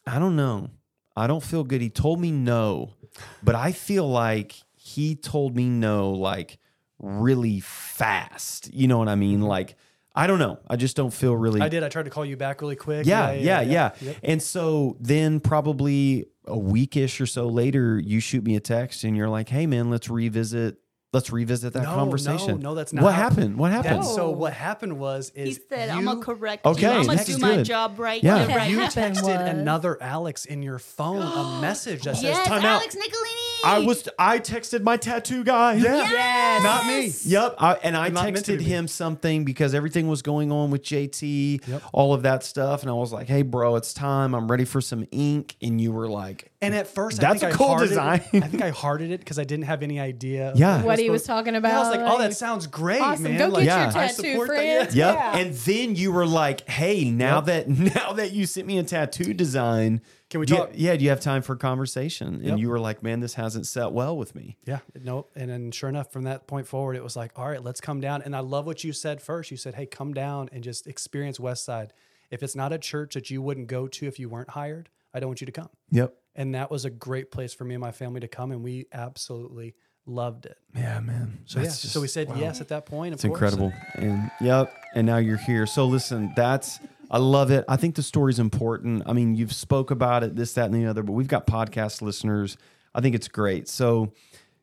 Speaker 5: I don't know. I don't feel good. He told me no, but I feel like he told me no like really fast. You know what I mean? Like I don't know. I just don't feel really.
Speaker 6: Mm-hmm. I did. I tried to call you back really quick.
Speaker 5: Yeah, yeah, yeah.
Speaker 6: Yep.
Speaker 5: And so then probably a weekish or so later, you shoot me a text and you're like, "Hey, man, let's revisit. Let's revisit that
Speaker 6: No,
Speaker 5: conversation."
Speaker 6: no, no, that's not
Speaker 5: what
Speaker 6: how-
Speaker 5: happened. What happened?
Speaker 6: That's- so what happened was is
Speaker 1: He said, I'm going
Speaker 6: you
Speaker 1: to correct
Speaker 5: Okay,
Speaker 1: you. I'm going
Speaker 5: this
Speaker 1: to
Speaker 5: is
Speaker 1: do my
Speaker 5: good.
Speaker 1: job right.
Speaker 5: Yeah.
Speaker 1: when
Speaker 5: Okay,
Speaker 1: the right
Speaker 6: you
Speaker 1: happened."
Speaker 6: texted
Speaker 3: was-
Speaker 6: another Alex in your phone a message that says
Speaker 1: Yes,
Speaker 5: time out.
Speaker 1: Alex Nicolini.
Speaker 5: I was. I texted my tattoo guy.
Speaker 6: Yeah. Not me.
Speaker 5: Yep. I, and I
Speaker 6: You're not meant to
Speaker 5: texted
Speaker 6: be.
Speaker 5: him something because everything was going on with JT, all of that stuff. And I was like, hey, bro, it's time. I'm ready for some ink. And you were like,
Speaker 6: And at first,
Speaker 5: That's
Speaker 6: I
Speaker 5: a
Speaker 6: think
Speaker 5: cool
Speaker 6: I hearted,
Speaker 5: design.
Speaker 6: I think I hearted it because I didn't have any idea. of
Speaker 5: Yeah.
Speaker 6: it
Speaker 3: What he was
Speaker 6: supposed-
Speaker 3: talking
Speaker 6: Yeah, I was
Speaker 3: about,
Speaker 6: like, oh,
Speaker 3: like,
Speaker 6: that sounds great,
Speaker 3: awesome.
Speaker 6: man.
Speaker 3: Go get
Speaker 6: like,
Speaker 5: Yeah.
Speaker 3: your
Speaker 6: I
Speaker 3: tattoo,
Speaker 6: support that,
Speaker 3: friend.
Speaker 5: Yep. And then you were like, hey, now that now that you sent me a tattoo design,
Speaker 6: Can we
Speaker 5: do you-
Speaker 6: talk?
Speaker 5: yeah, do you have time for conversation? And
Speaker 6: Yep.
Speaker 5: you were like, man, this hasn't set well with me.
Speaker 6: Yeah, nope. And then sure enough, from that point forward, it was like, all right, let's come down. And I love what you said first. You said, hey, come down and just experience West Side. If it's not a church that you wouldn't go to if you weren't hired, I don't want you to come.
Speaker 5: Yep.
Speaker 6: And that was a great place for me and my family to come. And we absolutely loved it.
Speaker 5: Yeah, man.
Speaker 6: So, yeah, so we said yes at that point. Of
Speaker 5: It's
Speaker 6: course.
Speaker 5: incredible. And yep. And now you're here. So listen, that's I love it. I think the story's important. I mean, you've spoke about it, this, that, and the other, but we've got podcast listeners. I think it's great. So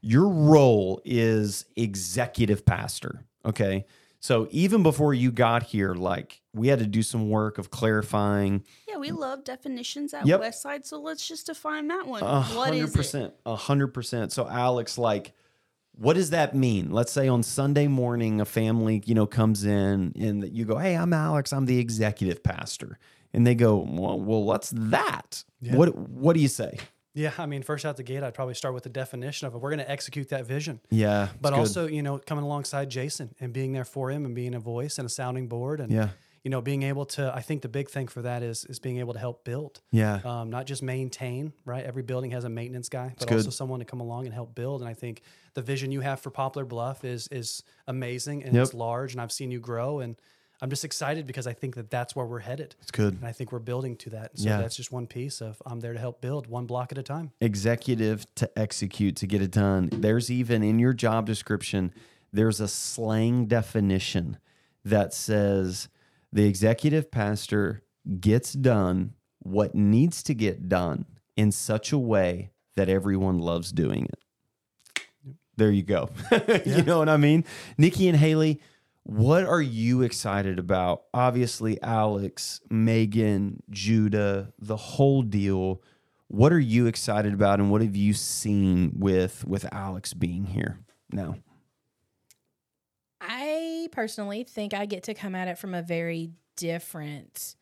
Speaker 5: your role is executive pastor. Okay. So even before you got here, like we had to do some work of clarifying
Speaker 1: Yeah, we love definitions at
Speaker 5: Yep.
Speaker 1: West Side, so let's just define that one.
Speaker 5: A
Speaker 1: What
Speaker 5: hundred
Speaker 1: is it?
Speaker 5: percent. A hundred percent. So Alex, like, what does that mean? Let's say on Sunday morning, a family, you know, comes in and that you go, Hey, I'm Alex. I'm the executive pastor. And they go, well, well what's that? What, what do you say?
Speaker 6: Yeah, I mean, first out the gate, I'd probably start with the definition of it. We're going to execute that vision.
Speaker 5: Yeah. it's
Speaker 6: but
Speaker 5: good.
Speaker 6: also you know coming alongside jason and being there for him and being a voice and a sounding board and
Speaker 5: Yeah.
Speaker 6: you know being able to i think the big thing for that is is being able to help build
Speaker 5: yeah.
Speaker 6: um, not just maintain right every building has a maintenance guy but
Speaker 5: good.
Speaker 6: also someone to come along and help build and i think the vision you have for poplar bluff is is amazing and it's
Speaker 5: Yep.
Speaker 6: large and i've seen you grow and i'm just excited because i think that that's where we're headed
Speaker 5: it's good.
Speaker 6: and i think we're building to that so
Speaker 5: Yeah.
Speaker 6: that's just one piece of i'm there to help build one block at a time
Speaker 5: executive to execute to get it done. There's even in your job description, there's a slang definition that says the executive pastor gets done what needs to get done in such a way that everyone loves doing it. There you go. you know what I mean? Nikki and Haley, what are you excited about? Obviously, Alex, Megan, Judah, the whole deal. What are you excited about and what have you seen with with Alex being here now?
Speaker 3: I personally think I get to come at it from a very different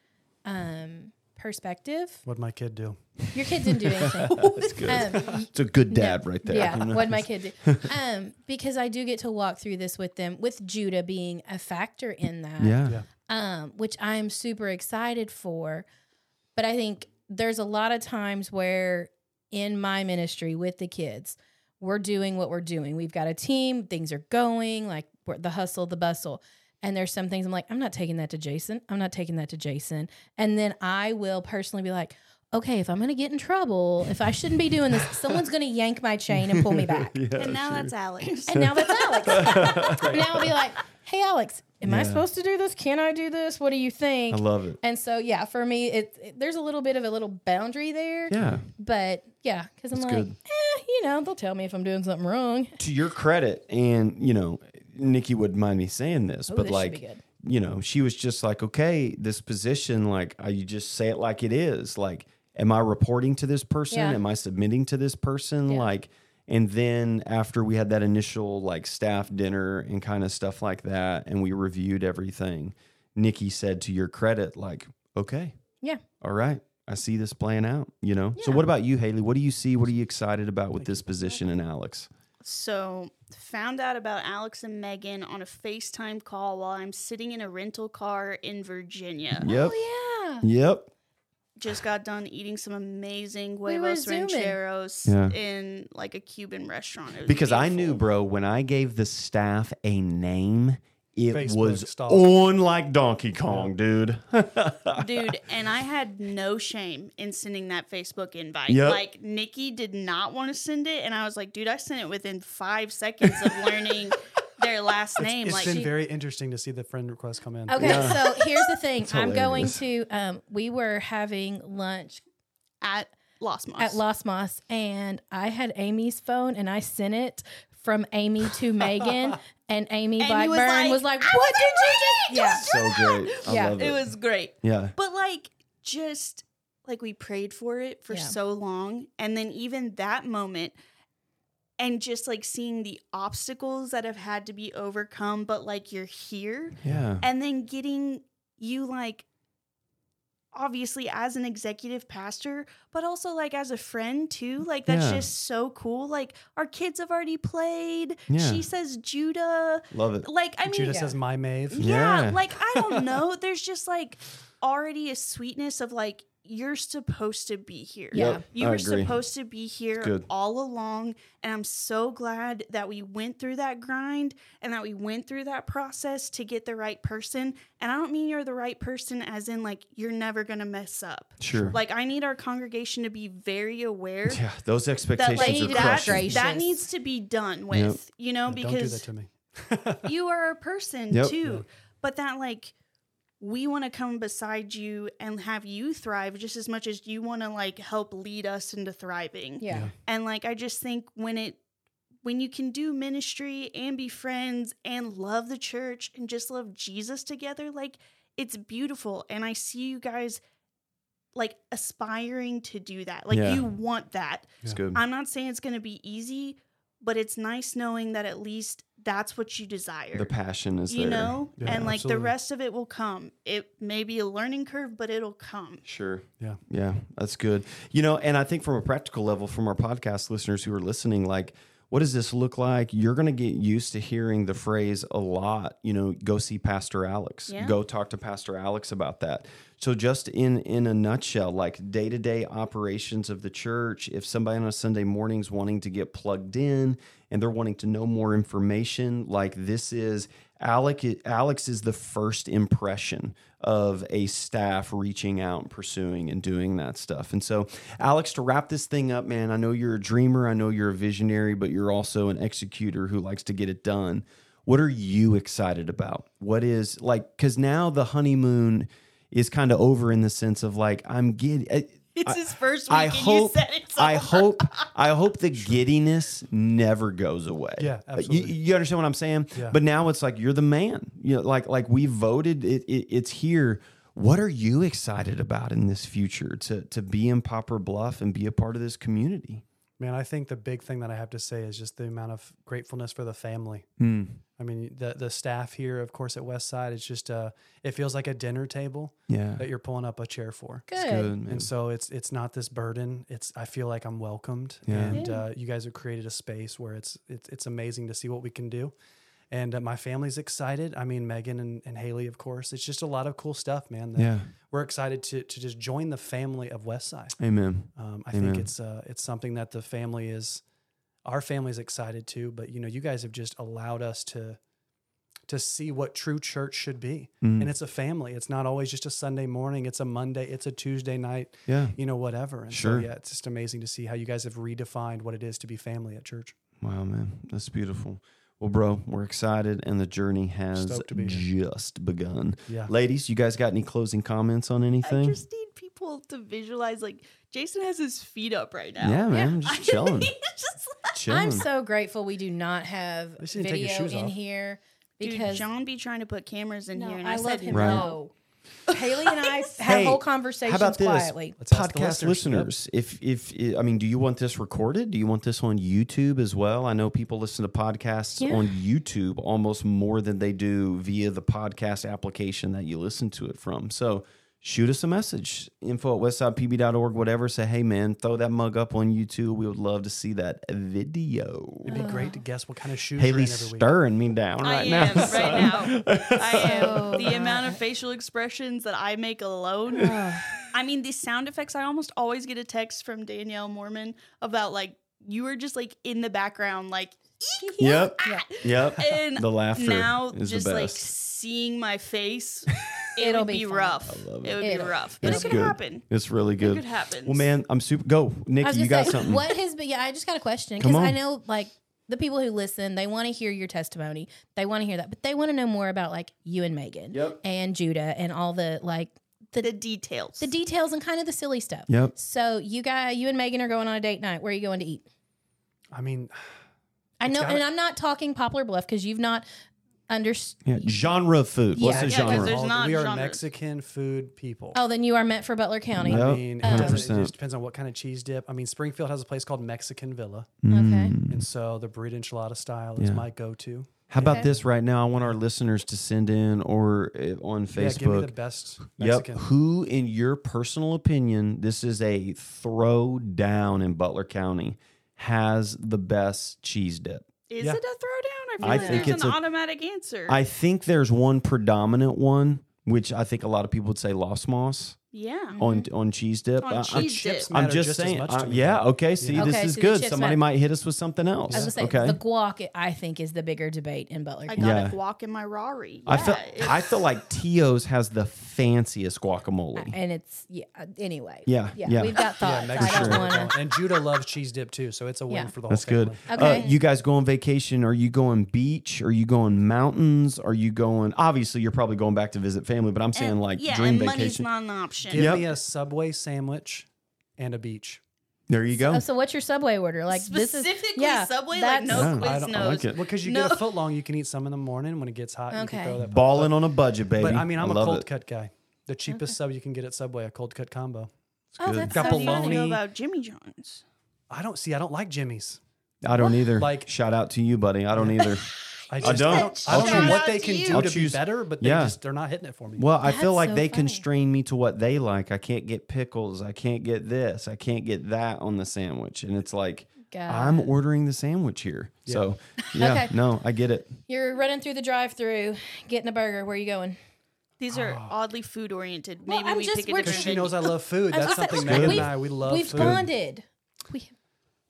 Speaker 3: um, perspective.
Speaker 6: what'd my kid do
Speaker 3: Your kid didn't do anything.
Speaker 5: That's good.
Speaker 3: Um,
Speaker 5: It's a good
Speaker 3: No.
Speaker 5: dad right there.
Speaker 3: Yeah,
Speaker 5: you know?
Speaker 3: what my kid do. Um, because I do get to walk through this with them, with Judah being a factor in that,
Speaker 5: Yeah.
Speaker 6: Yeah.
Speaker 3: um, which I am super excited for. But I think there's a lot of times where in my ministry with the kids, we're doing what we're doing. We've got a team, things are going, like we're, the hustle, the bustle. And there's some things I'm like, I'm not taking that to Jason. I'm not taking that to Jason. And then I will personally be like, okay, if I'm going to get in trouble, if I shouldn't be doing this, someone's going to yank my chain and pull me back.
Speaker 1: And now that's Alex.
Speaker 3: And now that's Alex. now I'll be like, hey, Alex, am I
Speaker 5: Yeah.
Speaker 3: supposed to do this? Can I do this? What do you think?
Speaker 5: I love it.
Speaker 3: and so, yeah, for me, it, it- there's a little bit of a little boundary there.
Speaker 5: Yeah.
Speaker 3: But yeah, because I'm
Speaker 5: That's
Speaker 3: like,
Speaker 5: good.
Speaker 3: eh, you know, they'll tell me if I'm doing something wrong.
Speaker 5: To your credit, and you know, Nikki wouldn't mind me saying this,
Speaker 3: Ooh, Oh,
Speaker 5: but
Speaker 3: this should be
Speaker 5: like
Speaker 3: good.
Speaker 5: you know, she was just like, okay, this position, like, I, you just say it like it is. Like, am I reporting to this person?
Speaker 3: Yeah.
Speaker 5: Am I submitting to this person?
Speaker 3: Yeah.
Speaker 5: Like, and then after we had that initial like staff dinner and kind of stuff like that, and we reviewed everything, Nikki said, to your credit, like, okay,
Speaker 3: Yeah.
Speaker 5: all right. I see this playing out, you know. So, what about you, Haley? What do you see? What are you excited about with this position and Alex?
Speaker 1: So, found out about Alex and Megan on a FaceTime call while I'm sitting in a rental car in Virginia.
Speaker 5: Yep.
Speaker 3: Oh,
Speaker 5: Yep.
Speaker 1: Just got done eating some amazing
Speaker 3: We were
Speaker 1: huevos
Speaker 3: zooming.
Speaker 1: rancheros
Speaker 5: Yeah.
Speaker 1: in like a Cuban restaurant. It was
Speaker 5: Because I
Speaker 1: beautiful.
Speaker 5: knew, bro, when I gave the staff a name, it
Speaker 6: Facebook
Speaker 5: was
Speaker 6: stalk.
Speaker 5: on like Donkey Kong, dude.
Speaker 1: dude and i had no shame in sending that facebook invite
Speaker 5: Yep.
Speaker 1: like nikki did not want to send it and i was like dude i sent it within five seconds of learning their last name
Speaker 6: It's
Speaker 1: like
Speaker 6: been
Speaker 1: she-
Speaker 6: very interesting to see the friend request come in.
Speaker 3: yeah. Okay, so here's the thing. I'm going
Speaker 5: hilarious.
Speaker 3: to. Um, we were having lunch
Speaker 1: at lost Mos.
Speaker 3: at Los Mas, and I had Amy's phone, and I sent it from Amy to Megan, and Amy
Speaker 1: Amy was
Speaker 3: Blackburn
Speaker 1: like,
Speaker 3: was like,
Speaker 1: "I
Speaker 3: "What
Speaker 1: was
Speaker 3: did you
Speaker 1: right!
Speaker 3: just?"
Speaker 5: so great. I
Speaker 3: Yeah,
Speaker 5: love it.
Speaker 1: it was great
Speaker 5: yeah.
Speaker 1: but like just like we prayed for it for
Speaker 3: Yeah.
Speaker 1: so long and then even that moment and just like seeing the obstacles that have had to be overcome but like you're here
Speaker 5: Yeah.
Speaker 1: and then getting you like obviously as an executive pastor but also like as a friend too like that's
Speaker 5: Yeah.
Speaker 1: just so cool like our kids have already played
Speaker 5: Yeah.
Speaker 1: she says judah
Speaker 5: Love it.
Speaker 1: like i mean Mm-hmm.
Speaker 6: Judah says my Mave.
Speaker 1: yeah,
Speaker 5: Yeah.
Speaker 1: like i don't know there's just like already a sweetness of like you're supposed to be here
Speaker 3: Yeah.
Speaker 5: Yep,
Speaker 1: you
Speaker 5: I
Speaker 1: were
Speaker 5: agree.
Speaker 1: supposed to be here
Speaker 5: good.
Speaker 1: all along. And I'm so glad that we went through that grind and that we went through that process to get the right person. And I don't mean you're the right person as in like you're never going to mess up.
Speaker 5: Sure.
Speaker 1: Like I need our congregation to be very aware
Speaker 5: yeah. Those
Speaker 1: that
Speaker 5: expectations
Speaker 1: like
Speaker 5: are
Speaker 3: need
Speaker 1: that,
Speaker 5: crushing.
Speaker 3: graduation.
Speaker 1: that needs to be done with, you know,
Speaker 6: Don't do that
Speaker 1: because
Speaker 6: to me.
Speaker 1: you are a person
Speaker 5: Yep.
Speaker 1: too. But that like we want to come beside you and have you thrive just as much as you want to like help lead us into thriving.
Speaker 3: Yeah,
Speaker 1: And like I just think when it when you can do ministry and be friends and love the church and just love Jesus together, like it's beautiful. And I see you guys like aspiring to do that. Like
Speaker 5: Yeah.
Speaker 1: you want that.
Speaker 5: It's good.
Speaker 1: I'm not saying it's going to be easy, but it's nice knowing that at least that's what you desire.
Speaker 5: the passion is
Speaker 1: you
Speaker 5: there.
Speaker 1: know?
Speaker 6: Yeah,
Speaker 1: and like
Speaker 6: absolutely.
Speaker 1: the rest of it will come. It may be a learning curve, but it'll come.
Speaker 5: Sure.
Speaker 6: Yeah.
Speaker 5: Yeah, that's good. You know, and I think from a practical level, from our podcast listeners who are listening, like, what does this look like? You're going to get used to hearing the phrase a lot. You know, go see Pastor Alex.
Speaker 1: Yeah.
Speaker 5: Go talk to Pastor Alex about that. So, just in in a nutshell, like day to day operations of the church. If somebody on a Sunday morning's wanting to get plugged in and they're wanting to know more information, like this is Alec, Alex is the first impression of a staff reaching out and pursuing and doing that stuff. And so, Alex, to wrap this thing up, man, I know you're a dreamer, I know you're a visionary, but you're also an executor who likes to get it done. What are you excited about? What is like, because now the honeymoon is kind of over in the sense of like, I'm getting.
Speaker 1: It's his first week
Speaker 5: I
Speaker 1: and
Speaker 5: hope,
Speaker 1: you said it's
Speaker 5: I
Speaker 1: over.
Speaker 5: hope, I hope the giddiness never goes away.
Speaker 6: Yeah,
Speaker 5: Uh, you-
Speaker 6: absolutely.
Speaker 5: You, understand what I'm saying?
Speaker 6: Yeah.
Speaker 5: But now it's like you're the man. You know, like like we voted. It, it it's here. What are you excited about in this future to to be in Popper Bluff and be a part of this community?
Speaker 6: Man, I think the big thing that I have to say is just the amount of gratefulness for the family.
Speaker 5: Hmm.
Speaker 6: I mean, the the staff here, of course, at Westside, it's just uh, it feels like a dinner table
Speaker 5: Yeah,
Speaker 6: that you're pulling up a chair for.
Speaker 3: good.
Speaker 5: man.
Speaker 6: And so it's it's not this burden. It's I feel like I'm welcomed,
Speaker 5: Yeah.
Speaker 6: and uh, you guys have created a space where it's it's it's amazing to see what we can do. And uh, my family's excited. I mean, Megan and, and Haley, of course. It's just a lot of cool stuff, man. that
Speaker 5: Yeah,
Speaker 6: We're excited to to just join the family of Westside.
Speaker 5: amen.
Speaker 6: Um, I
Speaker 5: Amen.
Speaker 6: think it's uh, it's something that the family is, our family's excited to. But you know, you guys have just allowed us to, to see what true church should be,
Speaker 5: Mm.
Speaker 6: and it's a family. It's not always just a Sunday morning. It's a Monday. It's a Tuesday night.
Speaker 5: Yeah,
Speaker 6: You know, whatever. And
Speaker 5: Sure.
Speaker 6: So, yeah, it's just amazing to see how you guys have redefined what it is to be family at church.
Speaker 5: wow, man, that's beautiful. Well, bro, we're excited, and the journey has
Speaker 6: Stoked to be
Speaker 5: just begun.
Speaker 6: Yeah.
Speaker 5: Ladies, you guys got any closing comments on
Speaker 1: I
Speaker 5: anything?
Speaker 1: just need people to visualize like Jason has his feet up right now.
Speaker 5: Yeah, man, I'm just chilling.
Speaker 1: He's just like-
Speaker 5: chilling.
Speaker 3: I'm so grateful we do not have
Speaker 6: least you didn't take your
Speaker 3: video
Speaker 6: shoes
Speaker 3: in
Speaker 6: off.
Speaker 3: here.
Speaker 1: Dude,
Speaker 3: because
Speaker 1: John be trying to put cameras in
Speaker 3: No,
Speaker 1: here, and I,
Speaker 3: I,
Speaker 1: said
Speaker 3: love him.
Speaker 5: Right.
Speaker 3: No, Haley and I have
Speaker 5: Hey,
Speaker 3: whole conversations
Speaker 5: How about this?
Speaker 3: quietly.
Speaker 6: Let's ask the
Speaker 5: Podcast listeners,
Speaker 6: listeners.
Speaker 5: if if I mean, do you want this recorded? Do you want this on YouTube as well? I know people listen to podcasts
Speaker 3: Yeah.
Speaker 5: on YouTube almost more than they do via the podcast application that you listen to it from. So shoot us a message info at westsidepb.org whatever say hey man throw that mug up on youtube we would love to see that video
Speaker 6: It'd be great to guess what kind of shoes you're in
Speaker 5: haley's
Speaker 6: every week.
Speaker 5: stirring me down
Speaker 1: I
Speaker 5: right
Speaker 1: am
Speaker 5: now
Speaker 1: right now. I am the
Speaker 3: So-
Speaker 1: amount of facial expressions that I make alone. I mean, the sound effects. I almost always get a text from Danielle Mormon about like you were just like in the background, like
Speaker 5: yep
Speaker 3: Yeah.
Speaker 5: yep
Speaker 1: and
Speaker 5: the laughter
Speaker 1: now
Speaker 5: is
Speaker 1: just
Speaker 5: the
Speaker 1: like
Speaker 5: best
Speaker 1: seeing my face. It
Speaker 3: It'll
Speaker 1: would
Speaker 3: be
Speaker 1: be,
Speaker 3: fun.
Speaker 1: rough.
Speaker 5: I love
Speaker 1: It would
Speaker 3: it.
Speaker 1: be rough, but
Speaker 5: It's
Speaker 1: it could
Speaker 5: good.
Speaker 1: happen.
Speaker 5: it's really
Speaker 1: It
Speaker 5: good
Speaker 1: could happen.
Speaker 5: Well, man, I'm super. Go,
Speaker 3: I was
Speaker 5: Nikki. You
Speaker 3: gonna
Speaker 5: got
Speaker 3: say,
Speaker 5: something?
Speaker 3: What has been? Yeah, I just got a question
Speaker 5: Come
Speaker 3: because I
Speaker 5: on.
Speaker 3: know like the people who listen, they want to hear your testimony, they want to hear that, but they want to know more about like you and Megan
Speaker 5: Yep.
Speaker 3: and Judah and all the like
Speaker 1: the details.
Speaker 3: the details and kind of the silly stuff.
Speaker 5: Yep.
Speaker 3: So you guys, you and Megan are going on a date night. Where are you going to eat?
Speaker 6: I mean,
Speaker 3: I know,
Speaker 6: gotta-
Speaker 3: and I'm not talking Poplar Bluff because you've not understood.
Speaker 5: Yeah, genre of food. What's
Speaker 3: Yeah.
Speaker 5: the
Speaker 1: Yeah, 'cause
Speaker 5: genre?
Speaker 1: there's
Speaker 6: all-
Speaker 1: not
Speaker 6: we are
Speaker 1: genres.
Speaker 6: Mexican food people.
Speaker 3: Oh, then you are meant for Butler County.
Speaker 5: Yeah.
Speaker 6: I
Speaker 5: Yep,
Speaker 6: mean, it,
Speaker 3: 100%.
Speaker 6: doesn't- it just depends on what kind of cheese dip. I mean, Springfield has a place called Mexican Villa,
Speaker 1: Mm-hmm.
Speaker 3: Okay.
Speaker 6: and so the burrito enchilada style is
Speaker 5: Mm. Yeah.
Speaker 6: my go-to.
Speaker 5: How about
Speaker 3: Okay.
Speaker 5: this right now? I want our listeners to send in or uh, on
Speaker 6: Yeah, give me the
Speaker 5: Facebook.
Speaker 6: best
Speaker 5: yep.
Speaker 6: Mexican.
Speaker 5: Who, in your personal opinion, this is a throw down in Butler County, has the best cheese dip?
Speaker 1: Is
Speaker 6: Yeah.
Speaker 1: it a throwdown? I feel
Speaker 5: I
Speaker 1: like
Speaker 5: think
Speaker 1: there's
Speaker 5: it's
Speaker 1: an
Speaker 5: a-
Speaker 1: automatic answer.
Speaker 5: I think there's one predominant one, which I think a lot of people would say Los Moss
Speaker 1: yeah.
Speaker 5: on on cheese dip.
Speaker 1: Mm-hmm. On
Speaker 5: I- I'm-
Speaker 1: cheese dip.
Speaker 6: chips
Speaker 5: I'm,
Speaker 6: matter
Speaker 5: just,
Speaker 6: just as
Speaker 5: saying.
Speaker 6: much
Speaker 5: uh,
Speaker 6: to me,
Speaker 5: yeah.
Speaker 6: though.
Speaker 5: Okay. See,
Speaker 6: Yeah.
Speaker 5: this
Speaker 3: Okay,
Speaker 5: is
Speaker 3: so the
Speaker 5: good.
Speaker 3: chips
Speaker 5: Somebody
Speaker 3: matter.
Speaker 5: might hit us with something else.
Speaker 3: I was gonna say
Speaker 5: okay.
Speaker 3: the guac. I think is the bigger debate in Butler
Speaker 1: I
Speaker 3: County.
Speaker 1: got
Speaker 5: Yeah.
Speaker 1: a guac in my Rari.
Speaker 5: I feel
Speaker 1: Yeah,
Speaker 5: I feel like Tio's has the fanciest guacamole.
Speaker 3: and it's yeah. uh, Anyway,
Speaker 5: Yeah,
Speaker 3: yeah,
Speaker 5: yeah.
Speaker 3: we've got
Speaker 6: Yeah,
Speaker 3: thoughts. I
Speaker 6: Mexican
Speaker 3: don't
Speaker 5: sure.
Speaker 3: want to.
Speaker 6: And Judah loves cheese dip too, so it's a win
Speaker 3: Yeah.
Speaker 6: for the whole
Speaker 5: That's good.
Speaker 6: family.
Speaker 5: Uh,
Speaker 3: Okay.
Speaker 5: you guys go on vacation? Are you going beach? Are you going mountains? Are you going? Obviously, you're probably going back to visit family, but I'm saying
Speaker 1: and-
Speaker 5: like
Speaker 1: yeah,
Speaker 5: dream
Speaker 1: and money's
Speaker 5: vacation.
Speaker 1: not an option.
Speaker 6: Give
Speaker 5: Yep.
Speaker 6: me a Subway sandwich and a beach.
Speaker 5: there you
Speaker 6: Oh,
Speaker 5: go.
Speaker 3: Oh, so what's your Subway order? Like this is
Speaker 1: Specifically
Speaker 3: yeah,
Speaker 1: Subway, like
Speaker 3: that's-
Speaker 1: no
Speaker 5: Yeah, I
Speaker 1: Quiznos.
Speaker 5: don't- I like it.
Speaker 6: Well, because you
Speaker 1: No.
Speaker 6: get a foot long, you can eat some in the morning when it gets hot. You
Speaker 3: Okay.
Speaker 6: can throw that
Speaker 5: Balling on a budget, baby.
Speaker 6: But I mean, I'm
Speaker 5: a
Speaker 6: a cold cut guy. The cheapest sub you can get at Subway, a cold cut combo.
Speaker 3: Oh,
Speaker 5: good.
Speaker 3: that's
Speaker 6: Got
Speaker 3: so
Speaker 1: I don't
Speaker 3: funny.
Speaker 6: bologna.
Speaker 1: know
Speaker 6: Baloney.
Speaker 1: about Jimmy John's.
Speaker 6: I don't see. I don't like Jimmy's.
Speaker 5: I don't either. Like,
Speaker 6: Like-
Speaker 5: shout out to you, buddy. I don't either.
Speaker 6: I, just,
Speaker 5: don't.
Speaker 6: I
Speaker 5: I'll
Speaker 6: don't know
Speaker 1: choose-
Speaker 6: what they can
Speaker 1: I'll
Speaker 6: do to
Speaker 5: choose-
Speaker 6: be better, but they
Speaker 5: Yeah.
Speaker 6: just they're not hitting it for me.
Speaker 5: Well, I feel
Speaker 3: That's
Speaker 5: like
Speaker 3: so
Speaker 5: they
Speaker 3: funny.
Speaker 5: constrain me to what they like. I can't get pickles. I can't get this. I can't get that on the sandwich. And it's like,
Speaker 3: God.
Speaker 5: I'm ordering the sandwich here. So, yeah,
Speaker 3: Okay.
Speaker 5: no, I get it.
Speaker 3: You're running through the drive-through, getting a burger. Where are you going?
Speaker 1: These are oddly food oriented. Maybe
Speaker 3: I'm
Speaker 1: we
Speaker 3: just-
Speaker 1: pick a
Speaker 3: we're-
Speaker 1: different.
Speaker 6: because Oh. she
Speaker 1: venue.
Speaker 6: knows I love food.
Speaker 3: I
Speaker 6: That's
Speaker 3: was gonna
Speaker 6: something
Speaker 3: say,
Speaker 6: Megan and
Speaker 3: we've-
Speaker 6: I we love.
Speaker 3: We've
Speaker 6: food.
Speaker 3: bonded. We,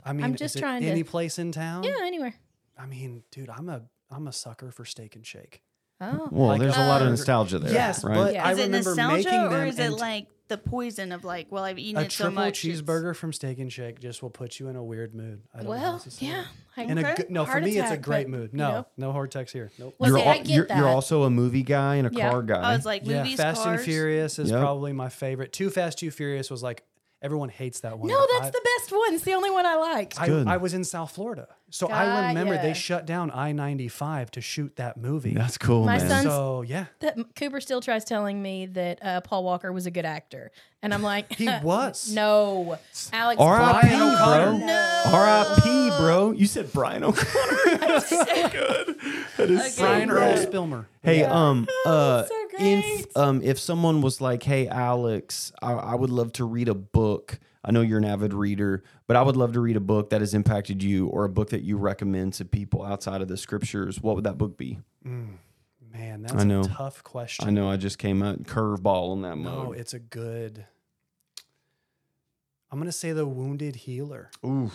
Speaker 6: I mean,
Speaker 3: I'm just
Speaker 6: is it
Speaker 3: trying to-
Speaker 6: any place in
Speaker 1: Oh.
Speaker 6: town.
Speaker 3: yeah, anywhere.
Speaker 6: I mean, dude, I'm a I'm a sucker for steak and shake.
Speaker 3: Oh,
Speaker 5: Well,
Speaker 6: Like,
Speaker 5: there's a lot of
Speaker 6: uh,
Speaker 5: nostalgia there.
Speaker 6: yes,
Speaker 5: right?
Speaker 6: but
Speaker 3: Yeah.
Speaker 6: I
Speaker 3: Is
Speaker 1: Is it
Speaker 6: remember making
Speaker 1: nostalgia
Speaker 6: them
Speaker 1: or is it
Speaker 6: and
Speaker 1: like the poison of like, well, I've eaten
Speaker 6: a
Speaker 1: it so
Speaker 6: triple
Speaker 1: much. it's-
Speaker 6: cheeseburger from Steak and Shake just will put you in a weird mood. I don't know how
Speaker 3: well,
Speaker 6: else to say
Speaker 3: yeah.
Speaker 6: it.
Speaker 3: I-
Speaker 6: In a
Speaker 1: Okay.
Speaker 6: good, no, for
Speaker 3: Heart
Speaker 6: me it's a
Speaker 3: attack,
Speaker 6: great
Speaker 3: but,
Speaker 6: mood.
Speaker 3: you
Speaker 6: No,
Speaker 3: know.
Speaker 6: no hard text here. Nope.
Speaker 3: Well,
Speaker 5: you're,
Speaker 3: see,
Speaker 5: al-
Speaker 3: I get
Speaker 5: you're,
Speaker 3: that.
Speaker 5: you're also a movie guy and a
Speaker 3: Yeah.
Speaker 5: car guy.
Speaker 1: I was like,
Speaker 6: yeah,
Speaker 1: movies,
Speaker 6: Fast
Speaker 1: cars.
Speaker 6: and Furious is
Speaker 5: Yep.
Speaker 6: probably my favorite. Too Fast, Too Furious was like everyone hates that one.
Speaker 3: no,
Speaker 6: but
Speaker 3: that's
Speaker 6: I-
Speaker 3: the best one. It's the only one I like.
Speaker 6: I,
Speaker 5: good.
Speaker 6: I was in South Florida, so I remember they
Speaker 3: Gotcha.
Speaker 6: shut down I ninety five to shoot that movie.
Speaker 5: That's cool,
Speaker 3: My
Speaker 5: man.
Speaker 3: son-
Speaker 6: so yeah,
Speaker 3: That Cooper still tries telling me that uh, Paul Walker was a good actor, and I'm like,
Speaker 6: he was.
Speaker 3: no, Alex.
Speaker 5: R.I.P.,
Speaker 3: Brian
Speaker 5: bro.
Speaker 3: O'Connor. No.
Speaker 5: R.I.P., bro. You said Brian O'Connor. That's so good. That is so
Speaker 6: Brian Earl
Speaker 5: great.
Speaker 6: Spilmer.
Speaker 5: Hey, um,
Speaker 6: Oh,
Speaker 5: uh,
Speaker 3: so
Speaker 5: if um, if someone was like, "Hey, Alex, I, I would love to read a book. I know you're an avid reader, but I would love to read a book that has impacted you, or a book that you recommend to people outside of the scriptures. What would that book be?
Speaker 6: Man, that's
Speaker 5: I know.
Speaker 6: a tough question.
Speaker 5: I know I just came out curveball on that
Speaker 6: No,
Speaker 5: mode.
Speaker 6: it's a good. I'm gonna say the Wounded Healer
Speaker 5: Oof.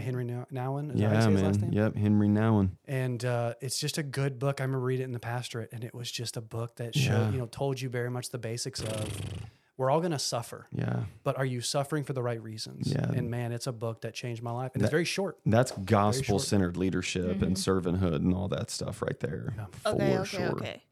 Speaker 3: Mm.
Speaker 6: Henry Now- Nouwen. Oh, Is that how you
Speaker 5: Yeah,
Speaker 6: say his last
Speaker 5: man.
Speaker 6: name?
Speaker 5: Yep, Henry Nouwen.
Speaker 6: And uh, it's just a good book. I remember reading it in the pastorate, and it was just a book that showed,
Speaker 5: Yeah.
Speaker 6: you know, told you very much the basics of we're all gonna suffer,
Speaker 5: Yeah,
Speaker 6: but are you suffering for the right reasons?
Speaker 5: Yeah.
Speaker 6: And man, it's a book that changed my life, and it's very Mm-hmm. short.
Speaker 5: that's gospel centered leadership and servanthood and all that stuff right there.
Speaker 1: Okay,
Speaker 5: For
Speaker 1: okay,
Speaker 5: sure.
Speaker 1: okay.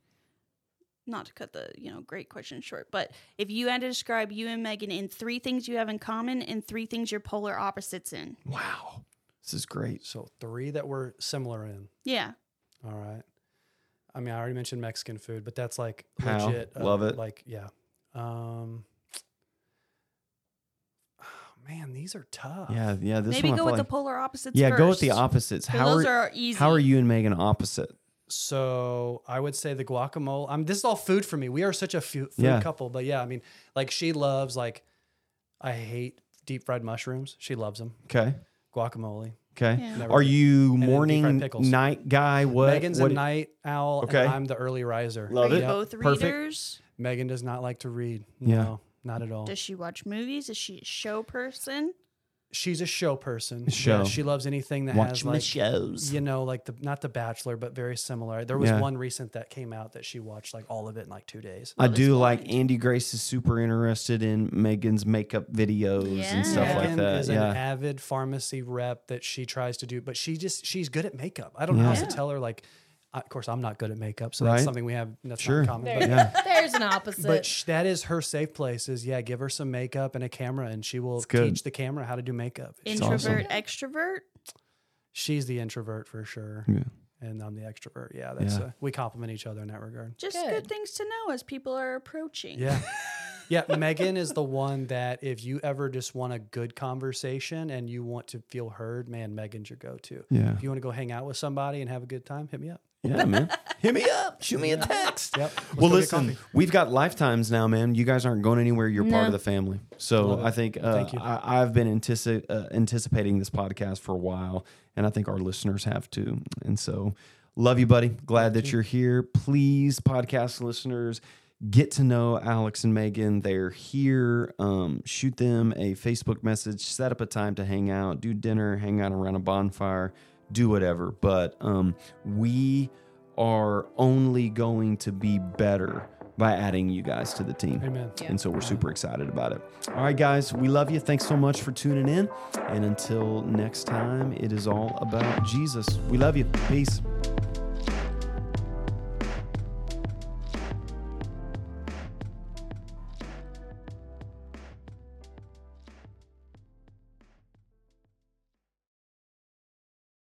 Speaker 1: Not to cut the you know great question short, but if you had to describe you and Megan in three things you have in common and three things you're polar opposites in,
Speaker 5: Wow, this is great.
Speaker 6: So three that were similar in.
Speaker 1: yeah,
Speaker 6: All right. I mean, I already mentioned Mexican food, but that's like
Speaker 5: Pow.
Speaker 6: legit. uh,
Speaker 5: Love it.
Speaker 6: Like, yeah. Um, oh, man, these are tough.
Speaker 5: Yeah, yeah. This
Speaker 1: Maybe
Speaker 5: one
Speaker 1: go
Speaker 5: I feel
Speaker 1: with the
Speaker 5: like-
Speaker 1: polar opposites.
Speaker 5: Yeah, go with
Speaker 1: first.
Speaker 5: the opposites.
Speaker 1: 'Cause
Speaker 5: How
Speaker 1: those
Speaker 5: are,
Speaker 1: are easy.
Speaker 5: how are you and Megan opposite?
Speaker 6: So I would say the guacamole. I'm. This is all food for me. We are such a fu- food
Speaker 5: Yeah.
Speaker 6: couple. But yeah, I mean, like she loves like, I hate deep fried mushrooms. She loves them.
Speaker 5: Okay.
Speaker 6: Guacamole.
Speaker 5: Okay.
Speaker 1: Yeah.
Speaker 6: Never-
Speaker 5: Are you
Speaker 6: then deep fried
Speaker 5: morning
Speaker 6: pickles.
Speaker 5: night guy? What?
Speaker 6: Megan's
Speaker 5: what-
Speaker 6: a night owl.
Speaker 5: Okay.
Speaker 6: And I'm the early riser.
Speaker 5: Love
Speaker 1: Are
Speaker 5: it.
Speaker 1: you both
Speaker 5: Perfect.
Speaker 1: readers?
Speaker 6: Megan does not like to read.
Speaker 5: Yeah.
Speaker 6: No, not
Speaker 5: Oh.
Speaker 6: at all.
Speaker 1: Does she watch movies? Is she a show person?
Speaker 6: She's a show person.
Speaker 5: Show.
Speaker 6: Yeah, she loves anything that
Speaker 5: Watch
Speaker 6: has
Speaker 5: my
Speaker 6: like
Speaker 5: shows.
Speaker 6: you know, like the not the Bachelor, but very similar. There was
Speaker 5: Yeah.
Speaker 6: one recent that came out that she watched like all of it in like two days.
Speaker 5: I do like Andy Grace is super interested in Megan's makeup videos and stuff like
Speaker 6: Megan
Speaker 5: that.
Speaker 6: is
Speaker 5: Yeah.
Speaker 6: an avid pharmacy rep that she tries to do, but she just she's good at makeup. I don't know how
Speaker 5: Yeah.
Speaker 6: else to tell her. Like, I, of course, I'm not good at makeup, so
Speaker 5: Right.
Speaker 6: that's something we have that's
Speaker 5: Sure.
Speaker 6: not in common.
Speaker 3: There-
Speaker 6: but-
Speaker 3: There's an opposite.
Speaker 6: But sh- that is her safe place. Is yeah, give her some makeup and a camera, and she will
Speaker 5: good.
Speaker 6: teach the camera how to do makeup.
Speaker 1: Introvert, extrovert?
Speaker 6: She's the introvert for sure,
Speaker 5: Yeah.
Speaker 6: and I'm the extrovert. Yeah, that's
Speaker 5: Yeah.
Speaker 6: Uh, we complement each other in that regard.
Speaker 1: Just
Speaker 3: Good.
Speaker 1: good. things to know as people are approaching.
Speaker 6: Yeah. Yeah, Megan is the one that if you ever just want a good conversation and you want to feel heard, man, Megan's your go-to.
Speaker 5: Yeah.
Speaker 6: If you want to go hang out with somebody and have a good time, hit me up.
Speaker 5: Yeah, man. Hit me up. Shoot me a text.
Speaker 6: Yep. Let's
Speaker 5: well,
Speaker 6: go get
Speaker 5: listen,
Speaker 6: coffee.
Speaker 5: we've got lifetimes now, man. You guys aren't going anywhere. You're part of the family. So
Speaker 6: Love it.
Speaker 5: I think uh,
Speaker 6: Thank you.
Speaker 5: I, I've been antici- uh, anticipating this podcast for a while, and I think our listeners have too. And so, love you, buddy. Glad that you're here. Please, podcast listeners, get to know Alex and Megan. They're here. Um, shoot them a Facebook message. Set up a time to hang out, do dinner, hang out around a bonfire, do whatever. But um, we are only going to be better by adding you guys to the team.
Speaker 6: Amen.
Speaker 5: And so we're super excited about it. All right, guys, we love you. Thanks so much for tuning in. And until next time, it is all about Jesus. We love you. Peace.